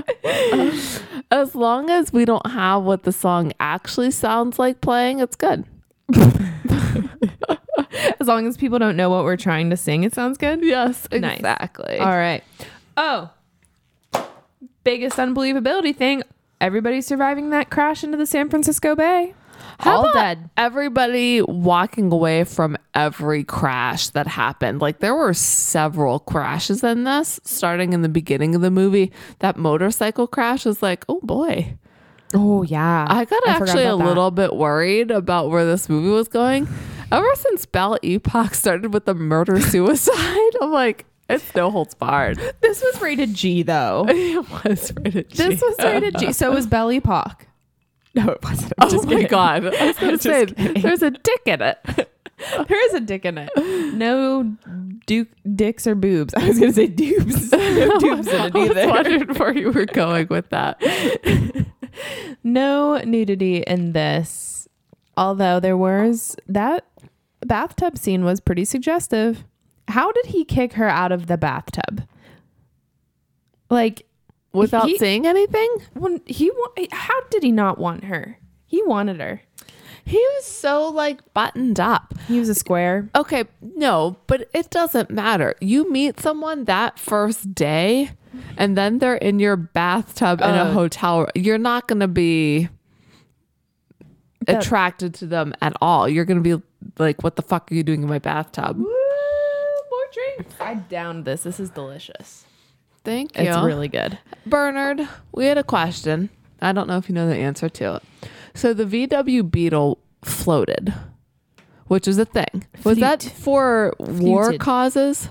back.
As long as we don't have what the song actually sounds like playing, it's good.
as long as people don't know what we're trying to sing, it sounds good.
Yes,
Nice.
exactly.
All right. Oh, biggest unbelievability thing. Everybody surviving that crash into the San Francisco Bay.
How
All
about
dead.
Everybody walking away from every crash that happened. Like there were several crashes in this, starting in the beginning of the movie. That motorcycle crash was like, oh boy.
Oh yeah.
I got actually a little bit worried about where this movie was going. Ever since Belle Epoch started with the murder suicide, I'm like, it's no holds barred.
This was rated G though.
It was rated G.
This was rated G. So was Belly Pock. No, it wasn't. I'm
Oh
just
my
kidding.
god! I was gonna
Just
say
kidding.
there's a dick in it.
There is a dick in it. No duke dicks or boobs. I was gonna say dupes. No dupes in it
I was
either.
wondering where you were going with that.
No nudity in this. Although there was that bathtub scene was pretty suggestive. How did he kick her out of the bathtub? Like
Without
He-
saying anything,
when he wa- how did he not want her? He wanted her.
he was so like buttoned up.
He was a square.
Okay, no, but it doesn't matter. You meet someone that first day, and then they're in your bathtub in a
Oh.
hotel. You're not gonna be
That-
attracted to them at all. You're gonna be like, "What the fuck are you doing in my bathtub?"
more drinks. I downed this. This is delicious.
Thank you.
It's really good.
Bernard, we had a question. I don't know if you know the answer to it. So the VW Beetle floated, which is a thing. Was that
Flute.
for war
Fluted.
causes?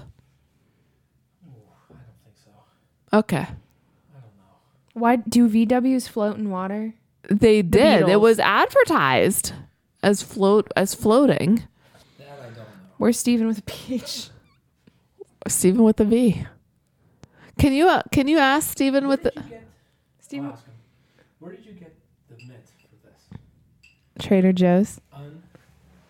Okay.
Why do VWs float in water?
They did. It
Beatles.
was advertised as float as floating.
Where's Steven with a peach?
Stephen with a V. Can you uh, can you ask Stephen with the
Steven
I'll ask him. Where did you get the mitt for this?
Trader Joe's.
Un-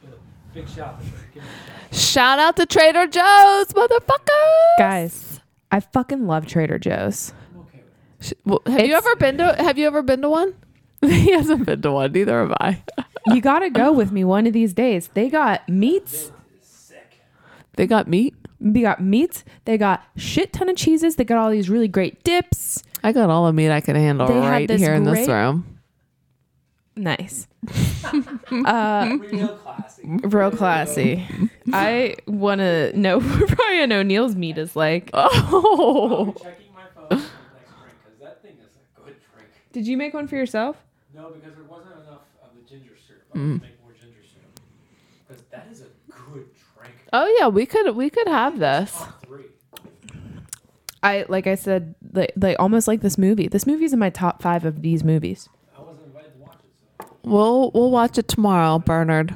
uh, big shot. Give me a shot.
shout out to Trader Joe's, motherfucker?
Guys, I fucking love Trader Joe's.
I'm okay with it.
Sh- Well, have you
It's-
ever been to Have you ever been to one? he hasn't been to one. Neither have I.
You gotta go with me one of these days. They got meats.
It's sick.
They got meat.
They got meats. They got shit ton of cheeses. They got all these really great dips.
I got all the meat I can handle
They had
right
this
here in this
great-
room.
Nice. uh,
Real classy.
Real classy. I want to know what Ryan O'Neal's meat is like.
I'll
Oh,
be checking my phone for the next drink because that thing is a good drink.
Did you make one for yourself?
No, because there wasn't enough of the ginger syrup. I mm. make more ginger syrup because that is a good drink.
oh yeah, we could we could have this.
Top three.
I like I said, like, like almost like this movie. This movie's in my top five of these movies.
I wasn't invited to watch it, so
We'll we'll watch it tomorrow, Bernard.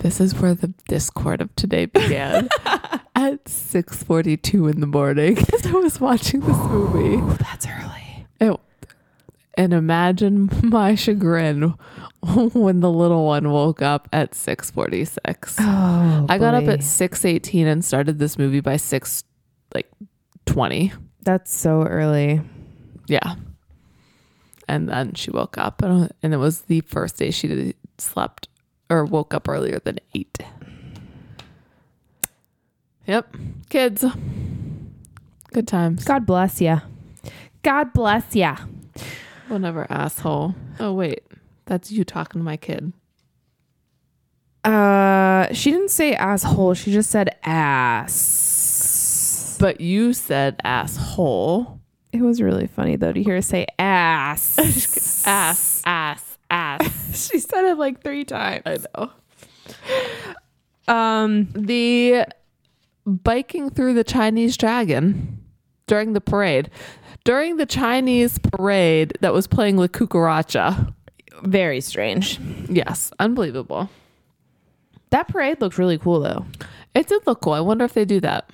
This is where the discord of today began
Oh,
at six forty two in the morning. 'cause I was watching this movie.
That's early.
It, and imagine my chagrin when the little one woke up at 6:46.
Oh,
I got up
boy.
at 6:18 and started this movie by 6 like 20.
that's so early.
Yeah. And then she woke up and, and it was the first day she did, slept or woke up earlier than 8. Yep. Kids. Good times.
God bless ya. God bless ya.
Whatever, asshole. Oh wait. That's you talking to my kid.
Uh, she didn't say asshole. She just said ass.
But you said asshole.
It was really funny though to hear her say ass.
Ass, ass, ass.
she said it like three times.
I know.
Um,
The biking through the Chinese dragon during the parade. During the Chinese parade that was playing La Cucaracha.
very strange.
Yes, unbelievable.
That parade looked really cool though.
It did look cool. I wonder if they do that.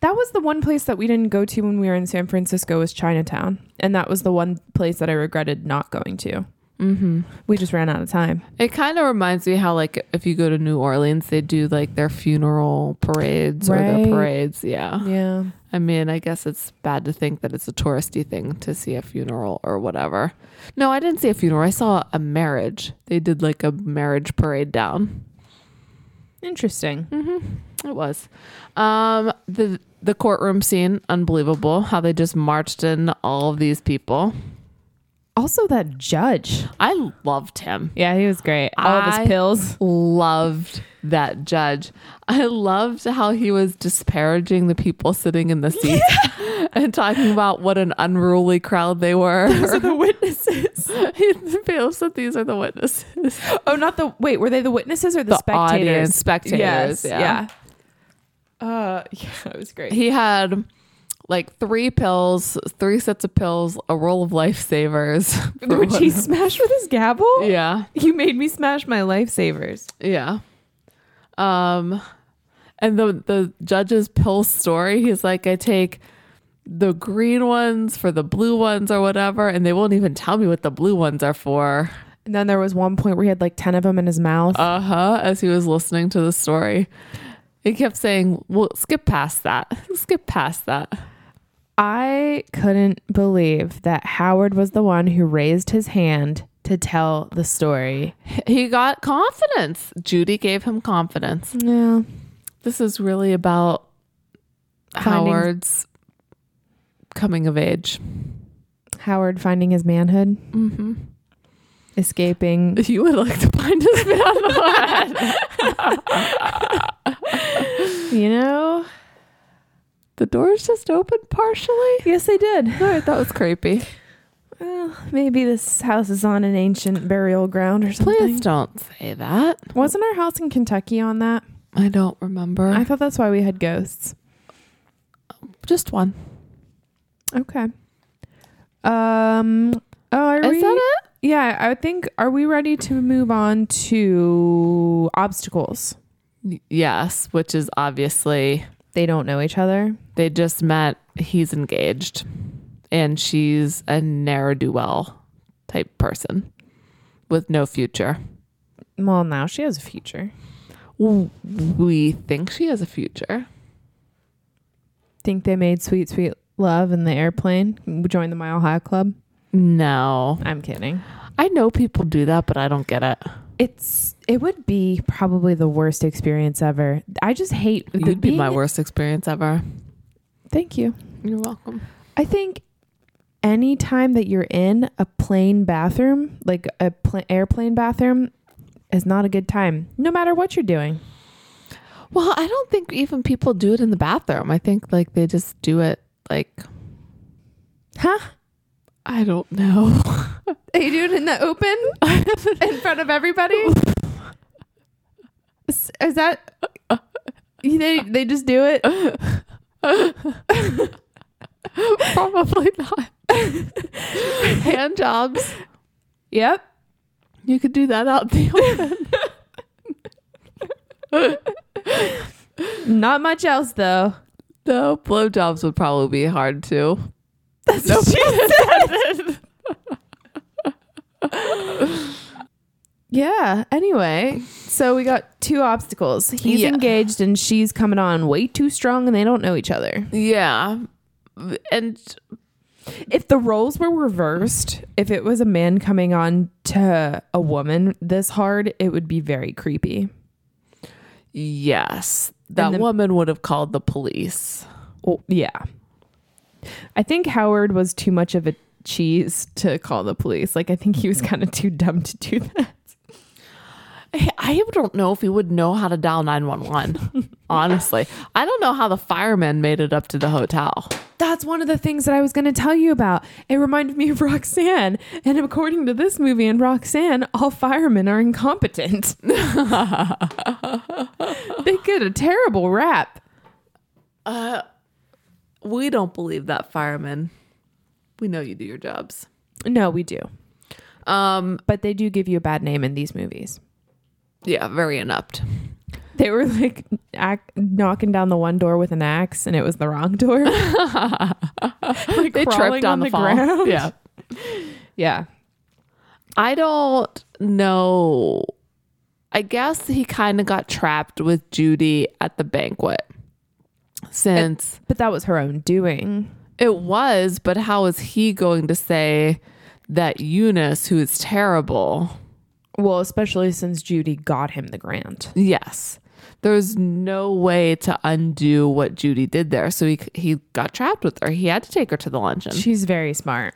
That was the one place that we didn't go to when we were in San Francisco was Chinatown, and that was the one place that I regretted not going to. Mm-hmm. We just ran out of time.
It kind of reminds me how, like, if you go to New Orleans, they do like their funeral parades or
Right.
their parades. Yeah.
Yeah,
I mean, I guess it's bad to think that it's a touristy thing to see a funeral or whatever. No, I didn't see a funeral. I saw a marriage. They did like a marriage parade down.
interesting.
Mm. It was. Um the the courtroom scene, unbelievable how they just marched in all of these people.
Also, that judge.
I loved him.
Yeah, he was great. All of
I-
his pills.
Loved that judge. I loved how he was disparaging the people sitting in the seats. and talking about what an unruly crowd they were.
Those are the witnesses.
Phil said these are the witnesses.
Oh, not the wait. Were they the witnesses or the,
The
spectators?
audience, spectators,
Yes,
yeah.
yeah. Uh, yeah, it was great.
He had like three pills, three sets of pills, a roll of lifesavers. for
Would
one-
he smash with his gavel?
Yeah.
You made me smash my lifesavers.
Yeah. Um and the the judge's pill story, he's like, I take the green ones for the blue ones or whatever, and they won't even tell me what the blue ones are for.
And then there was one point where he had like 10 of them in his mouth.
Uh-huh, as he was listening to the story. He kept saying, Well, skip past that. Skip past that.
I couldn't believe that Howard was the one who raised his hand to tell the story.
He got confidence. Judy gave him confidence.
Yeah.
This is really about
Finding-
Howard's coming of age.
Howard finding his manhood,
Mm-hmm.
escaping.
If you would like to find his manhood.
you know?
the doors just opened partially.
Yes, they did.
All right, that was creepy.
Well, maybe this house is on an ancient burial ground or something.
Please don't say that.
Wasn't our house in Kentucky on that?
I don't remember.
I thought that's why we had ghosts.
just one.
Okay. Um. Oh, are
Is
we,
that it?
Yeah, I think. Are we ready to move on to obstacles?
Y- Yes, which is obviously
They don't know each other.
they just met. He's engaged, and she's a ne'er do well type person with no future.
Well, now she has a future.
W- We think she has a future.
Think they made sweet, sweet love in the airplane? Join the Mile High Club?
No,
I'm kidding.
I know people do that, but I don't get it.
It's. It would be probably the worst experience ever. I just hate. the
You'd be my
being-
worst experience ever.
Thank you.
You're welcome.
I think any time that you're in a plane bathroom, like a pl- airplane bathroom, is not a good time, no matter what you're doing.
Well, I don't think even people do it in the bathroom. I think like they just do it like
Huh?
I don't know.
You do it in the open in front of everybody? Is, is that they they just do it?
Probably not. Hand jobs.
Yep.
You could do that out in the open.
Not much else though.
No, blowjobs would probably be hard too. That's no,
Yeah. Anyway, so we got two obstacles. He's
Yeah.
engaged and she's coming on way too strong and they don't know each other.
Yeah. And
if the roles were reversed, if it was a man coming on to a woman this hard, it would be very creepy.
yes, that
the-
woman would have called the police.
Well, yeah. I think Howard was too much of a cheese to call the police. Like I think he was kind of too dumb to do that.
I- I don't know if he would know how to dial 911. honestly, I don't know how the firemen made it up to the hotel.
That's one of the things that I was going to tell you about. It reminded me of Roxanne, and according to this movie and Roxanne, all firemen are incompetent. they get a terrible rap.
Uh, We don't believe that, firemen. We know you do your jobs.
No, we do.
Um,
but they do give you a bad name in these movies.
yeah, very inept.
They were like ac knocking down the one door with an axe, and it was the wrong door. like
They tripped on, the, fall. Yeah.
yeah.
I don't know. I guess he kind of got trapped with Judy at the banquet. Since
But that was her own doing.
it was, but how is he going to say that Eunice, who is terrible,
Well, especially since Judy got him the grant.
Yes. There's no way to undo what Judy did there. So he, he got trapped with her. He had to take her to the luncheon. She,
She's very smart.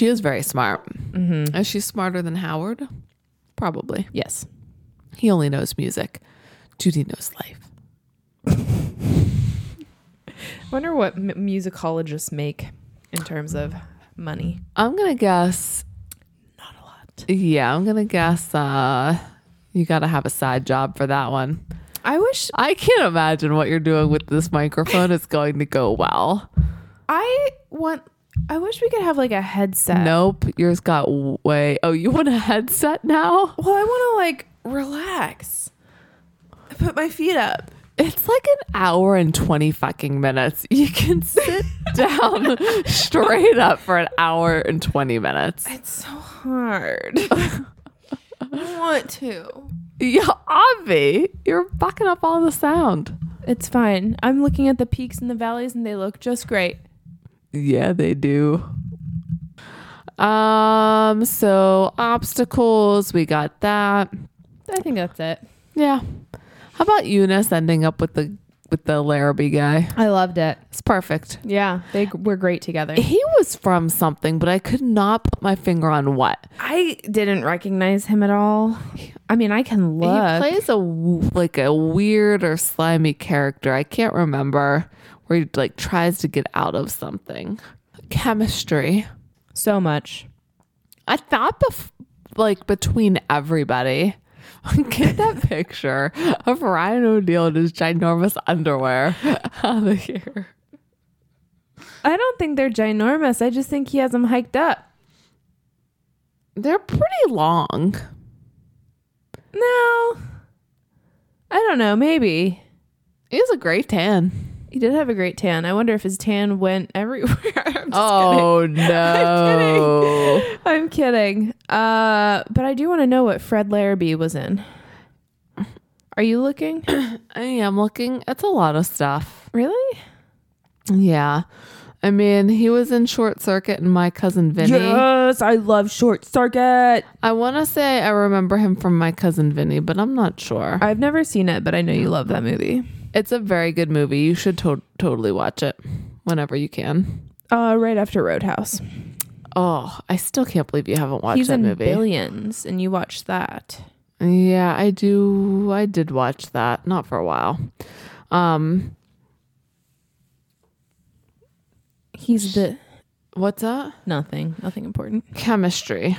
is very smart. Mm-hmm. Is she smarter than Howard? Probably.
Yes.
He only knows music. Judy knows life.
wonder what m- musicologists make in terms of money.
I'm gonna guess.
Not a lot.
Yeah, I'm gonna guess. Uh, you gotta have a side job for that one.
I wish
I can't imagine what you're doing with this microphone is going to go well.
I want. I wish we could have like a headset.
Nope, yours got way. Oh, you want a headset now?
Well, I want to like relax. I put my feet up.
It's like an hour and 20 fucking minutes. You can sit down straight up for an hour and 20 minutes.
It's so hard. I want to.
Yeah, Avi, you're fucking up all the sound.
It's fine. I'm looking at the peaks and the valleys, and they look just great.
Yeah, they do. Um, so obstacles, we got that.
I think that's it.
Yeah. How about Eunice ending up with the with the Larrabee guy?
I loved it.
It's perfect.
Yeah, they g- were great together.
He was from something, but I could not put my finger on what.
I didn't recognize him at all. I mean, I can look.
He plays a w- like a weird or slimy character. I can't remember where he like tries to get out of something. Chemistry.
so much.
I thought bef- like between everybody. Get that picture of Ryan O'Deal in his ginormous underwear out of here.
I don't think they're ginormous. I just think he has them hiked up.
They're pretty long.
No, I don't know. Maybe
He has a great tan.
he did have a great tan. I wonder if his tan went everywhere. I'm just
Oh no.
kidding. I'm kidding. Uh, but I do want to know what Fred Larrabee was in. Are you looking?
I am looking. It's a lot of stuff.
really?
Yeah. I mean, he was in Short Circuit and My Cousin Vinny.
Yes, I love Short Circuit.
I want to say I remember him from My Cousin Vinny, but I'm not sure.
I've never seen it, but I know you love that movie.
It's a very good movie. You should to- totally watch it whenever you can.
Uh, right after Roadhouse.
Oh, I still can't believe you haven't watched
He's
that
in
movie.
Billions, and you watched that.
Yeah, I do. I did watch that, not for a while. Um,
He's the
what's that?
nothing, nothing important.
Chemistry.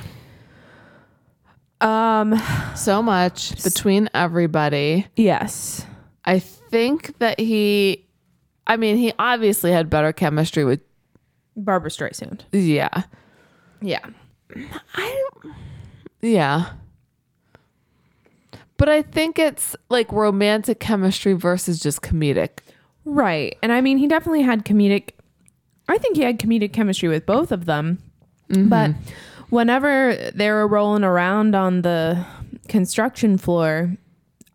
Um,
So much between everybody.
yes.
I think that he, I mean, he obviously had better chemistry with,
Barbara Streisand.
yeah,
Yeah.
yeah. But I think it's like romantic chemistry versus just comedic.
Right. And I mean, he definitely had comedic, I think he had comedic chemistry with both of them. But whenever they were rolling around on the construction floor,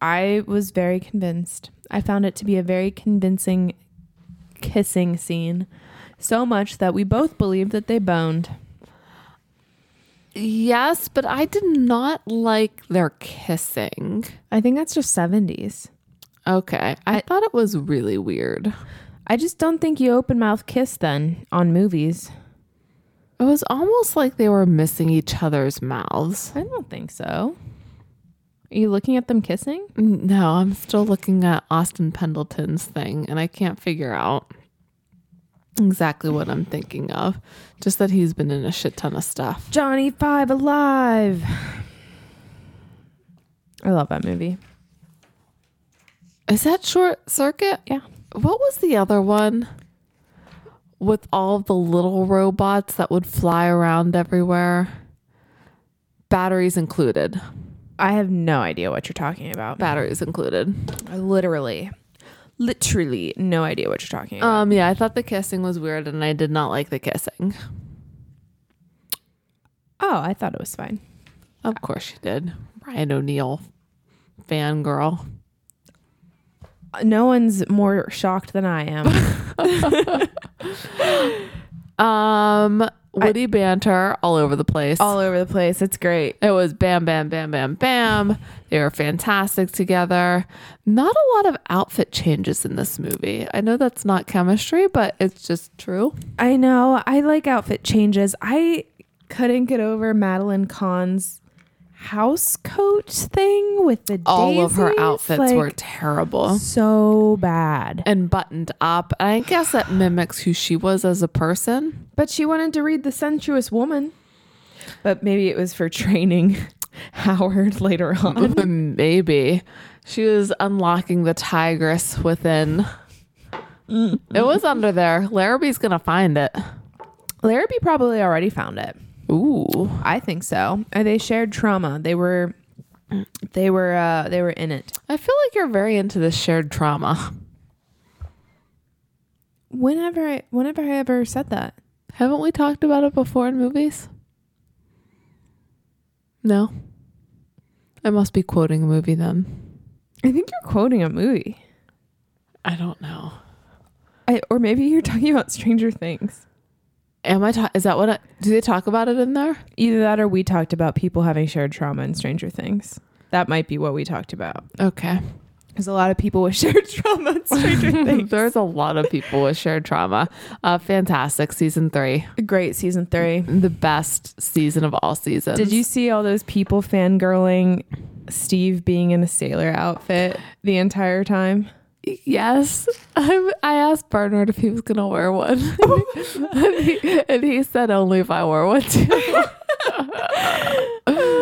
I was very convinced. I found it to be a very convincing kissing scene. So much that we both believed that they boned.
Yes, but I did not like their kissing.
I think that's just 70s.
Okay. I, thought it was really weird.
I just don't think you open mouth kiss then on movies.
It was almost like they were missing each other's mouths.
I don't think so. Are you looking at them kissing?
No, I'm still looking at Austin Pendleton's thing and I can't figure out exactly what I'm thinking of. Just that he's been in a shit ton of stuff.
Johnny Five Alive. I love that movie.
Is that Short Circuit?
Yeah.
What was the other one with all the little robots that would fly around everywhere? Batteries included.
I have no idea what you're talking about.
Batteries included.
I literally, literally no idea what you're talking about.
Um, yeah, I thought the kissing was weird and I did not like the kissing.
oh, I thought it was fine.
Of course you did. Ryan O'Neill fangirl.
Uh, No one's more shocked than I am.
Um Woody banter all over the place.
All over the place. It's great.
it was bam bam bam bam bam. They were fantastic together. Not a lot of outfit changes in this movie. I know that's not chemistry, but it's just true.
I know. I like outfit changes. I couldn't get over Madeline Kahn's house coat thing with the
All of her
daisies,
outfits
like,
were terrible
so bad.
and buttoned up. I guess that mimics who she was as a person.
But she wanted to read The Sensuous Woman. But maybe it was for training Howard later
Mm-hmm.
on.
Maybe she was unlocking the tigress within. It was under there. Larrabee's gonna find it.
Larrabee probably already found it.
Ooh.
I think so. And they shared trauma. They were they were uh they were in it.
I feel like you're very into this shared trauma.
Whenever I whenever I ever said that.
Haven't we talked about it before in movies? No. I must be quoting a movie then.
I think you're quoting a movie.
I don't know.
I, or maybe you're talking about Stranger Things.
Am I? Ta- is that what? I- do they talk about it in there?
Either that or we talked about people having shared trauma in Stranger Things. That might be what we talked about.
Okay.
Because a lot of people with shared trauma in Stranger Things.
There's a lot of people with shared trauma. Uh, fantastic season three,
Great season three.
the best season of all seasons.
Did you see all those people fangirling Steve being in a sailor outfit the entire time?
Yes, I, I asked Bernard if he was gonna wear one, and, he, and he said only if I wore one too.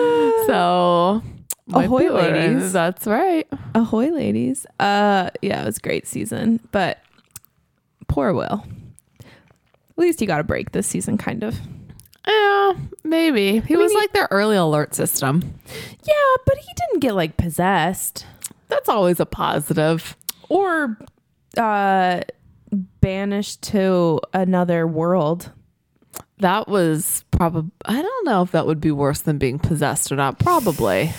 so, might be
Ahoy,
ordering.
ladies.
That's right.
Ahoy, ladies. Uh, yeah, it was a great season, but poor Will. At least he got a break this season, kind of.
Yeah, maybe he was
mean, he-
like their early alert system.
Yeah, but he didn't get like possessed
That's always a positive.
or uh, banished to another world.
That was probably. I don't know if that would be worse than being possessed or not. Probably.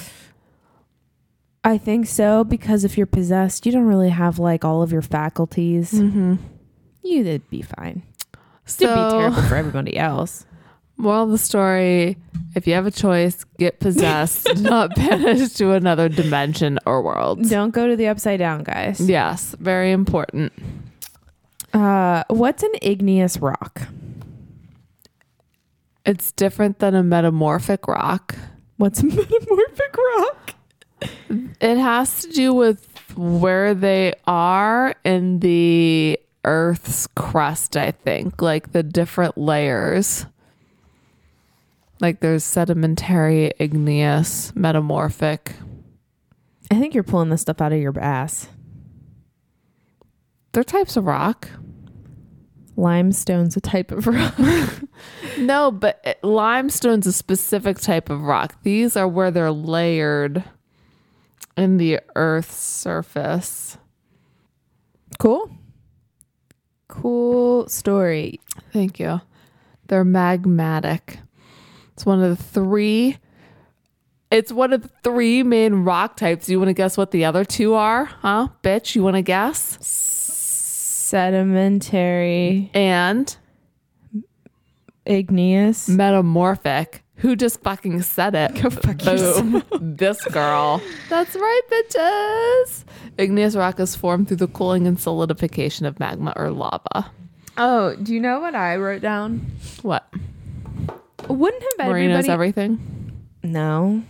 I think so because if you're possessed, you don't really have like all of your faculties.
Mm-hmm.
You'd be fine.
So,
It'd be terrible for everybody else.
moral of the story: If you have a choice, get possessed, not banished to another dimension or world.
Don't go to the upside down, guys.
Yes, very important.
Uh, what's an igneous rock?
It's different than a metamorphic rock.
What's a metamorphic rock?
It has to do with where they are in the Earth's crust, I think, like the different layers. Like there's sedimentary, igneous, metamorphic.
I think you're pulling this stuff out of your ass.
They're types of rock.
Limestone's a type of rock.
No, but it- limestone's a specific type of rock. These are where they're layered in the Earth's surface.
Cool. Cool story.
Thank you. They're magmatic. It's one of the three. It's one of the three main rock types. You want to guess what the other two are, huh, bitch? You want to guess?
Sedimentary,
And
igneous.
metamorphic. Who just fucking said it?
Go fuck
Boom. this girl. That's right, bitches. Igneous rock is formed through the cooling and solidification of magma or lava.
Oh, do you know what I wrote down?
What?
Wouldn't have
Marina knows
everybody.
everything.
no.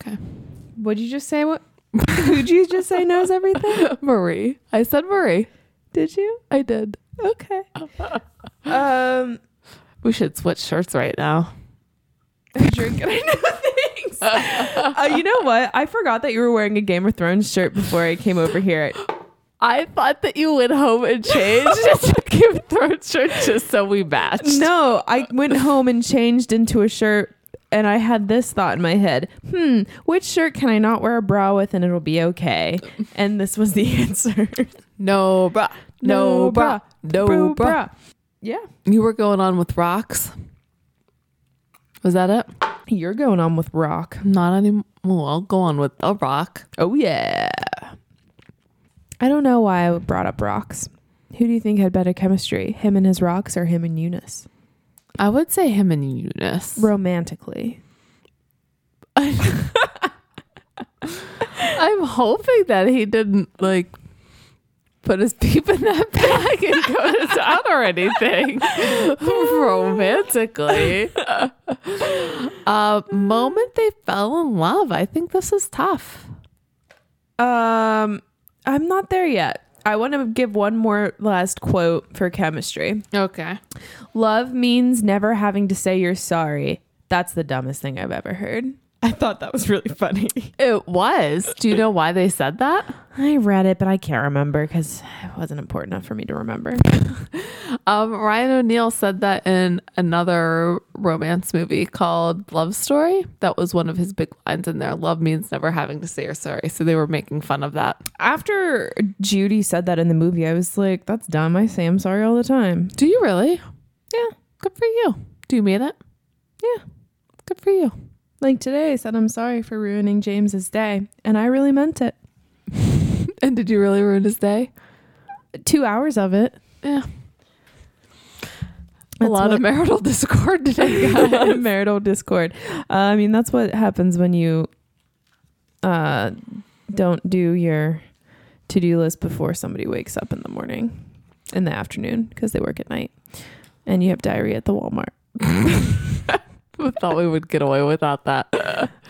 Okay.
Would you just say what? Who'd you just say knows everything?
Marie. I said Marie.
Did you?
I did.
Okay. Um,
We should switch shirts right now.
you're gonna know things. uh, you know what? I forgot that you were wearing a Game of Thrones shirt before I came over here.
I thought that you went home and changed to give Thrones shirt just so we matched.
No, I went home and changed into a shirt, and I had this thought in my head: Hmm, which shirt can I not wear a bra with, and it'll be okay? And this was the answer.
No bra.
No bra.
No
Bro,
bra.
bra. Yeah,
You were going on with rocks. Was that it?
you're going on with rock.
Not anymore. Well, I'll go on with a rock.
Oh yeah. I don't know why I brought up rocks. Who do you think had better chemistry, him and his rocks, or him and Eunice?
I would say him and Eunice.
romantically.
I'm hoping that he didn't like put his peep in that bag and go to town or anything romantically. uh, moment they fell in love. I think this is tough.
Um, I'm not there yet. I want to give one more last quote for chemistry.
Okay.
Love means never having to say you're sorry. That's the dumbest thing I've ever heard. I thought that was really funny.
It was. Do you know why they said that?
I read it, but I can't remember because it wasn't important enough for me to remember.
Um, Ryan O'Neal said that in another romance movie called Love Story. That was one of his big lines in there. Love means never having to say you're sorry. So they were making fun of that.
After Judy said that in the movie, I was like, that's dumb. I say I'm sorry all the time.
Do you really?
Yeah.
Good for you. Do you mean it?
Yeah.
Good for you.
Like today, I said I'm sorry for ruining James's day, and I really meant it.
And did you really ruin his day?
Two hours of it.
Yeah.
That's
a lot
what-
of marital discord today. guys.
marital discord. Uh, I mean, that's what happens when you uh, don't do your to do list before somebody wakes up in the morning, in the afternoon, because they work at night, and you have diarrhea at the Walmart.
I thought we would get away without that.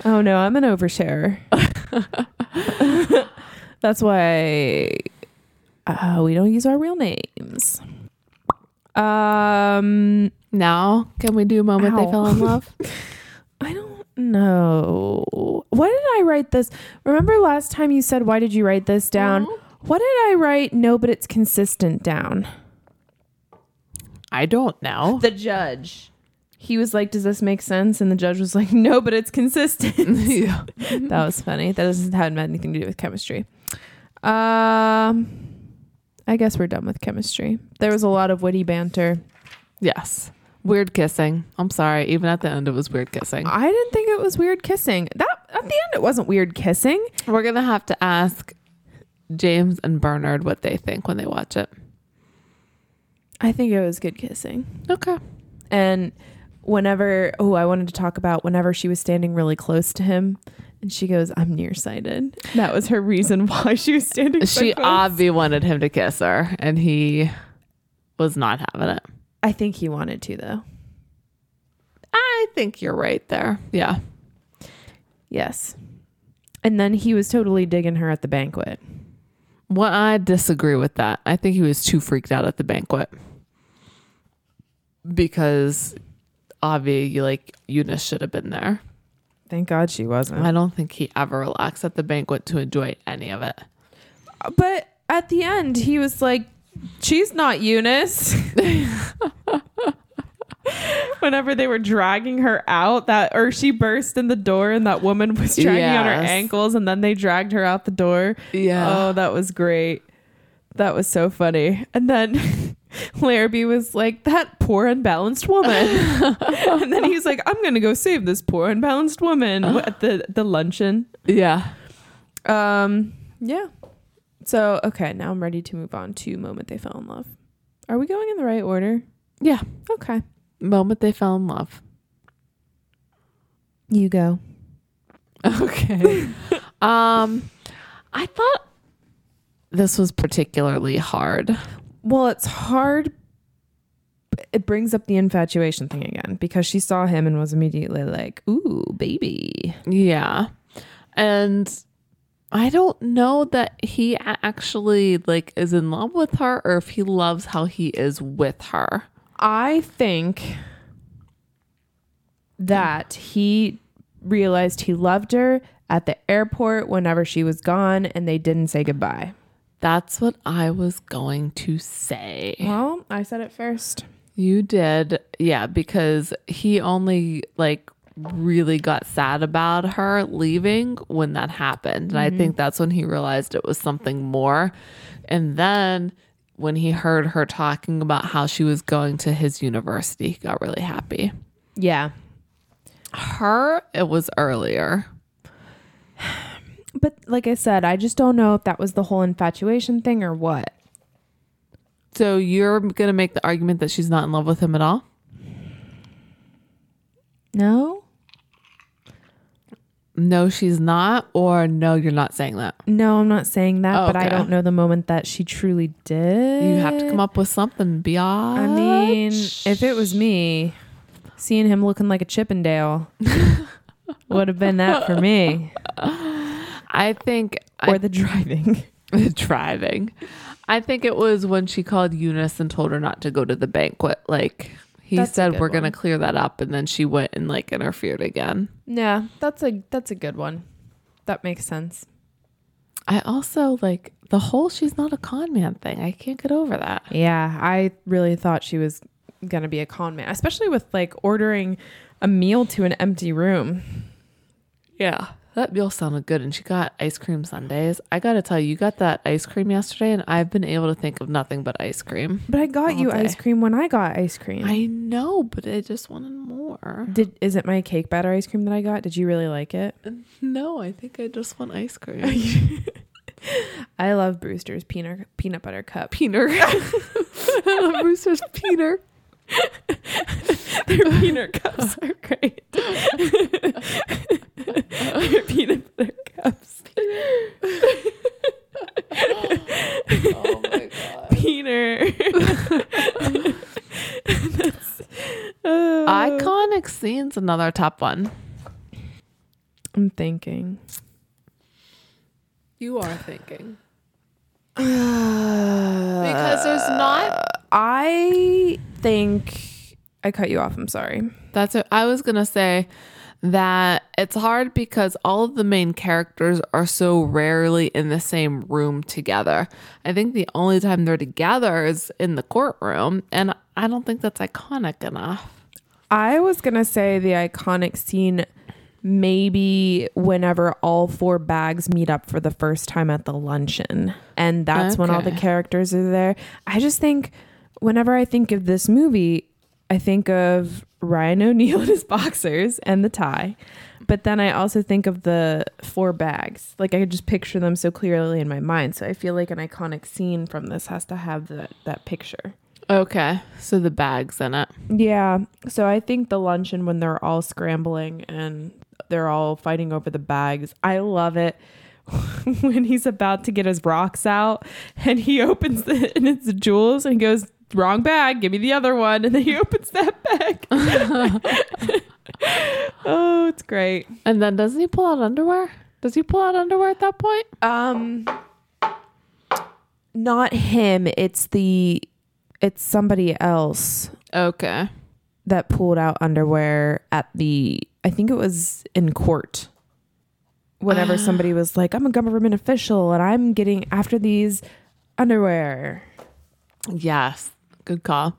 Oh no, I'm an oversharer. That's why uh, we don't use our real names. Um,
Now, can we do moment
Ow.
they fell in love?
I don't know. Why did I write this? Remember last time you said, "Why did you write this down?" What did I write? No, but it's consistent down.
I don't know.
The judge. He was like, "Does this make sense?" And the judge was like, "No, but it's consistent."
yeah.
that was funny. That doesn't have anything to do with chemistry. Um, I guess we're done with chemistry. There was a lot of witty banter.
Yes. Weird kissing. I'm sorry. Even at the end, it was weird kissing.
I didn't think it was weird kissing. That at the end, it wasn't weird kissing.
We're gonna have to ask James and Bernard what they think when they watch it.
I think it was good kissing.
Okay.
And whenever, oh, I wanted to talk about whenever she was standing really close to him, and she goes, "I'm nearsighted." That was her reason why she was standing. so
She
close.
obvi wanted him to kiss her, and he was not having it.
I think he wanted to though.
I think you're right there. Yeah.
Yes. And then he was totally digging her at the banquet.
Well, I disagree with that. I think he was too freaked out at the banquet because Avi, you like Eunice should have been there.
Thank God she wasn't.
I don't think he ever relaxed at the banquet to enjoy any of it.
But at the end, he was like, "She's not Eunice." Whenever they were dragging her out, that or she burst in the door, and that woman was dragging on her
Yes.
ankles, and then they dragged her out the door. Oh, that was great. That was so funny. And then Larrabee was like, that poor unbalanced woman. and then he's like, I'm going to go save this poor unbalanced woman at the, the luncheon.
yeah.
Um, yeah. So, okay, now I'm ready to move on to Moment They Fell in Love. Are we going in the right order?
Yeah.
Okay.
Moment they fell in love.
You go.
Okay. um, I thought this was particularly hard.
Well, it's hard. It brings up the infatuation thing again because she saw him and was immediately like, ooh, baby.
Yeah. And I don't know that he a- actually like is in love with her or if he loves how he is with her.
I think that he realized he loved her at the airport whenever she was gone and they didn't say goodbye.
That's what I was going to say.
Well, I said it first.
You did. Yeah, because he only like really got sad about her leaving when that happened. And I
Mm-hmm.
think that's when he realized it was something more. And then when he heard her talking about how she was going to his university, he got really happy.
Yeah.
Her, it was earlier.
But like I said, I just don't know if that was the whole infatuation thing or what.
So you're going to make the argument that she's not in love with him at all?
No?
no, she's not, or no, you're not saying that.
No, I'm not saying that,
Oh,
but I
okay.
don't know the moment that she truly did.
You have to come up with something beyond.
Uh, I mean, if it was me, seeing him looking like a Chippendale would have been that for me.
I think I-
Or the driving.
driving. I think it was when she called Eunice and told her not to go to the banquet. Like he
That's a
said,
good
we're gonna
one.
clear that up, and then she went and like interfered again.
Yeah, that's a that's a good one. That makes sense.
I also like the whole she's not a con man thing. I can't get over that.
Yeah, I really thought she was gonna be a con man, especially with like ordering a meal to an empty room.
Yeah. That meal sounded good, and she got ice cream sundaes. I gotta tell you, you got that ice cream yesterday, and I've been able to think of nothing but ice cream.
But I got
All
you
day.
ice cream when I got ice cream.
I know, but I just wanted more.
did is it my cake batter ice cream that I got? Did you really like it?
No, I think I just want ice cream.
I love Brewster's peanut peanut butter cup.
Peener. I love Rooster's Peener.
Their peanut cups are great. Their peanut butter cups.
Oh my god.
Peanut. That's- uh,
Iconic scenes, another top one.
I'm thinking.
You are thinking.
Because
there's not-
I think I cut you off. I'm sorry.
That's what I was gonna say that it's hard because all of the main characters are so rarely in the same room together. I think the only time they're together is in the courtroom, and I don't think that's iconic enough.
I was gonna say the iconic scene maybe whenever all four bags meet up for the first time at the luncheon. And that's when all the
Okay.
characters are there. I just think whenever I think of this movie, I think of Ryan O'Neal and his boxers and the tie. But then I also think of the four bags. Like I could just picture them so clearly in my mind. So I feel like an iconic scene from this has to have that that picture.
Okay, so the bags in it.
Yeah. So I think the luncheon when they're all scrambling and they're all fighting over the bags. I love it when he's about to get his rocks out and he opens it and it's the jewels and he goes, Wrong bag, give me the other one. And then he opens that bag. oh, it's great.
And then doesn't he pull out underwear? Does he pull out underwear at that point?
Um not him, it's the it's somebody else.
Okay.
that pulled out underwear at the I think it was in court. Whenever somebody was like, I'm a government official and I'm getting after these underwear.
Yes. Good call.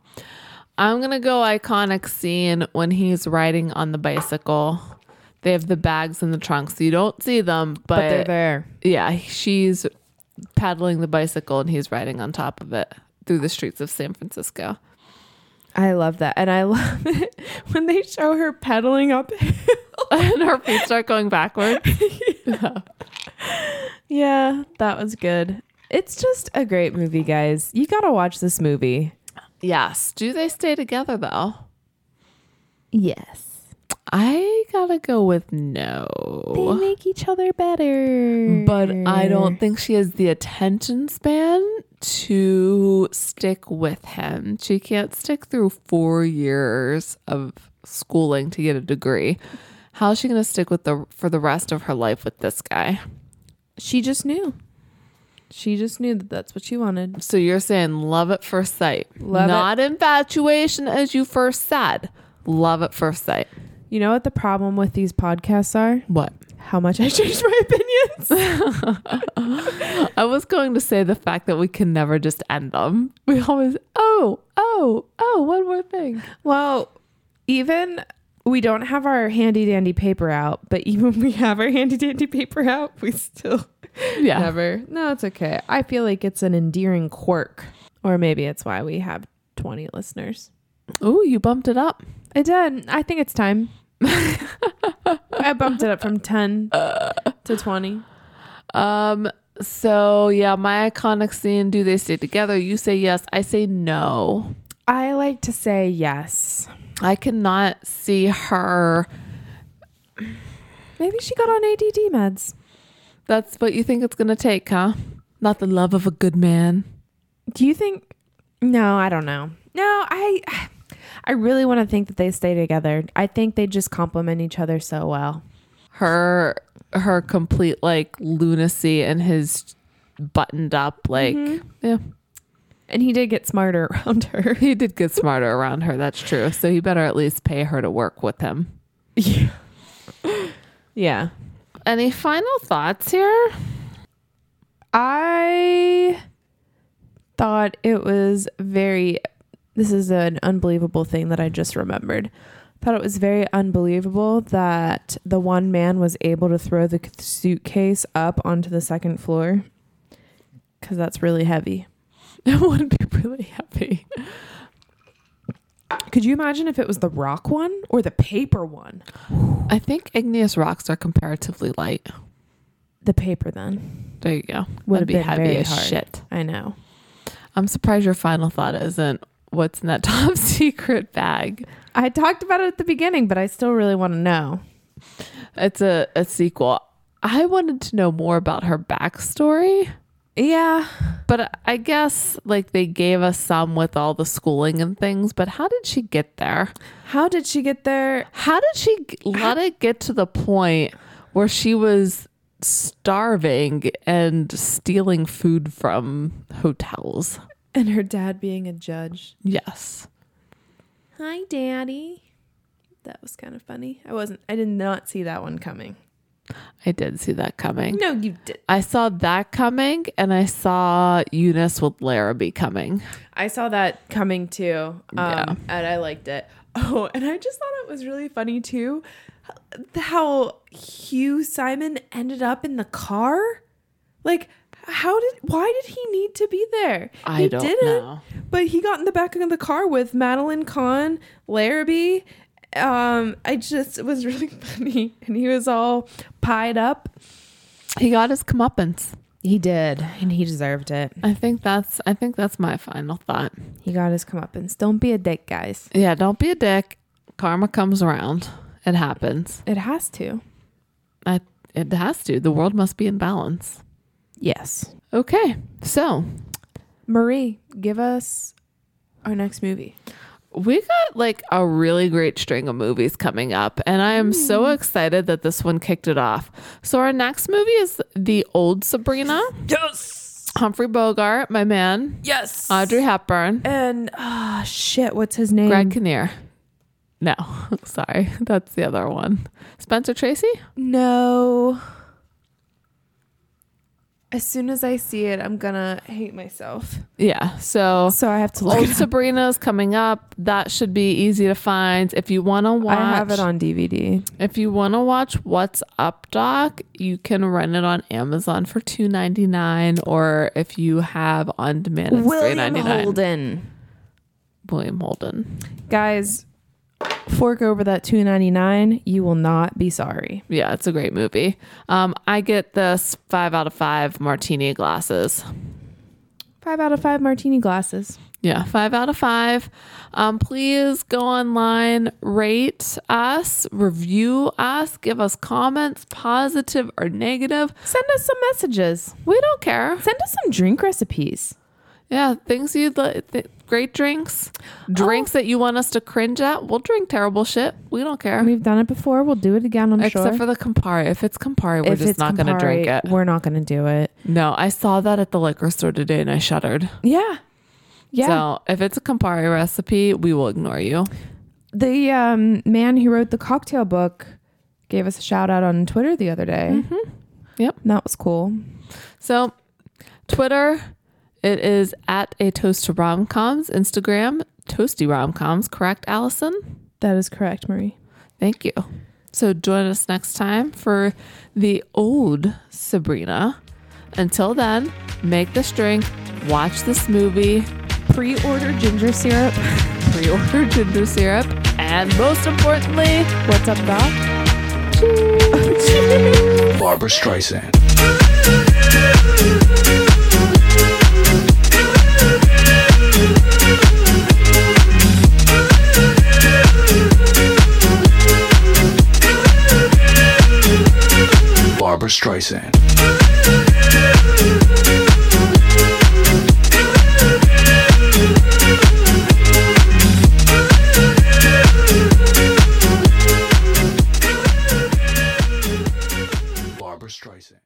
I'm going to go iconic scene when he's riding on the bicycle. They have the bags in the trunk, so you don't see them, but,
But they're there.
yeah, she's paddling the bicycle and he's riding on top of it through the streets of San Francisco.
I love that. And I love it when they show her pedaling up.
and her feet start going backwards.
yeah, that was good. It's just a great movie, guys. You gotta watch this movie.
Yes. Do they stay together though?
Yes.
I got to go with no.
They make each other better.
but I don't
Mm.
think she has the attention span to stick with him. She can't stick through four years of schooling to get a degree. How's she gonna stick with the for the rest of her life with this guy?
she just knew. She just knew that that's what she wanted.
So you're saying love at first sight,
Love it.
not infatuation as you first said. Love at first sight.
You know what the problem with these podcasts are?
What?
How much I changed my opinions.
I was going to say the fact that we can never just end them. We always oh oh oh one more thing.
well, even we don't have our handy dandy paper out, but even when we have our handy dandy paper out, we still
Yeah.
never. No, it's okay. I feel like it's an endearing quirk, or maybe it's why we have 20 listeners.
Oh, you bumped it up.
I did. I think it's time. I bumped it up from 10 to 20.
Um. So yeah, my iconic scene. Do they stay together? You say yes. I say no.
I like to say yes.
I cannot see her
Maybe she got on ADD meds.
That's what you think it's going to take, huh? Not the love of a good man.
Do you think? No, I don't know. No, I, I really want to think that they stay together. I think they just complement each other so well.
Her her complete like lunacy and his buttoned up like yeah.
And he did get smarter around her.
He did get smarter around her, that's true. So he better at least pay her to work with him.
Yeah. yeah.
Any final thoughts here?
I thought it was very this is an unbelievable thing that I just remembered. Thought it was very unbelievable that the one man was able to throw the suitcase up onto the second floor cuz that's really heavy.
I would be really happy.
Could you imagine if it was the rock one or the paper one?
I think igneous rocks are comparatively light.
The paper then.
There you go.
Would
That'd
have
be
been
heavy
very
as
hard.
shit.
I know.
I'm surprised your final thought isn't what's in that top secret bag.
I talked about it at the beginning, but I still really want to know.
It's a, a sequel. I wanted to know more about her backstory,
Yeah.
but I guess like they gave us some with all the schooling and things, but how did she get there?
How did she get there?
How did she g- let it get to the point where she was starving and stealing food from hotels?
And her dad being a judge.
Yes.
Hi, Daddy. That was kind of funny. I wasn't, I did not see that one coming.
I did see that coming.
No, you did.
I saw that coming and I saw Eunice with Larrabee coming.
I saw that coming too. Um,
Yeah.
And I liked it. Oh, and I just thought it was really funny too how Hugh Simon ended up in the car. Like, how did, why did he need to be there?
I
he
don't know.
But he got in the back of the car with Madeline Kahn, Larrabee. Um, I just it was really funny, and he was all pied up.
He got his comeuppance.
He did, and he deserved it.
I think that's I think that's my final thought.
He got his comeuppance. Don't be a dick, guys.
Yeah, don't be a dick. Karma comes around. It happens.
It has to.
I, it has to. The world must be in balance.
Yes,
Okay. So,
Marie, give us our next movie.
we got like a really great string of movies coming up, and I am so excited that this one kicked it off. So, our next movie is The Old Sabrina.
Yes,
Humphrey Bogart, my man,
yes.
Audrey Hepburn,
and ah, shit. What's his name?
Greg Kinnear. Mm. No, sorry, that's the other one. Spencer Tracy.
No. As soon as I see it, I'm gonna hate myself.
Yeah. So
So I have to
old Sabrina's coming up. That should be easy to find. If you want to watch,
I have it on DVD.
If you want to watch What's Up Doc, you can rent it on Amazon for two ninety nine, or if you have on demand, it's three ninety nine.
Holden.
William Holden.
Guys, fork over that two ninety nine. You will not be sorry.
Yeah, it's a great movie. Um, I get this five out of five martini glasses.
Five out of five martini glasses.
Yeah, five out of five. Um, please go online, rate us, review us, give us comments, positive or negative.
Send us some messages.
We don't care.
Send us some drink recipes.
Yeah, things you'd like, th- great drinks, drinks
Oh.
that you want us to cringe at. We'll drink terrible shit. We don't care.
We've done it before. We'll do it again. I'm
Except
sure.
for the Campari. If it's Campari, we're
If
just
it's
not going to drink
Campari,
it.
We're not gonna do it.
No, I saw that at the liquor store today and I shuddered.
Yeah. Yeah.
So if it's a Campari recipe, we will ignore you.
the um, man who wrote the cocktail book gave us a shout out on Twitter the other day.
Mm-hmm. Yep.
And that was cool.
So, Twitter, it is at a toast to romcoms. Instagram, toasty romcoms. Correct, Allison?
That is correct, Marie.
Thank you. So, join us next time for the old Sabrina. Until then, make this drink, watch this movie,
Pre order ginger syrup.
pre order ginger syrup, and most importantly,
What's up, Doc?
Barbara Streisand.
Thank you.
Streisand.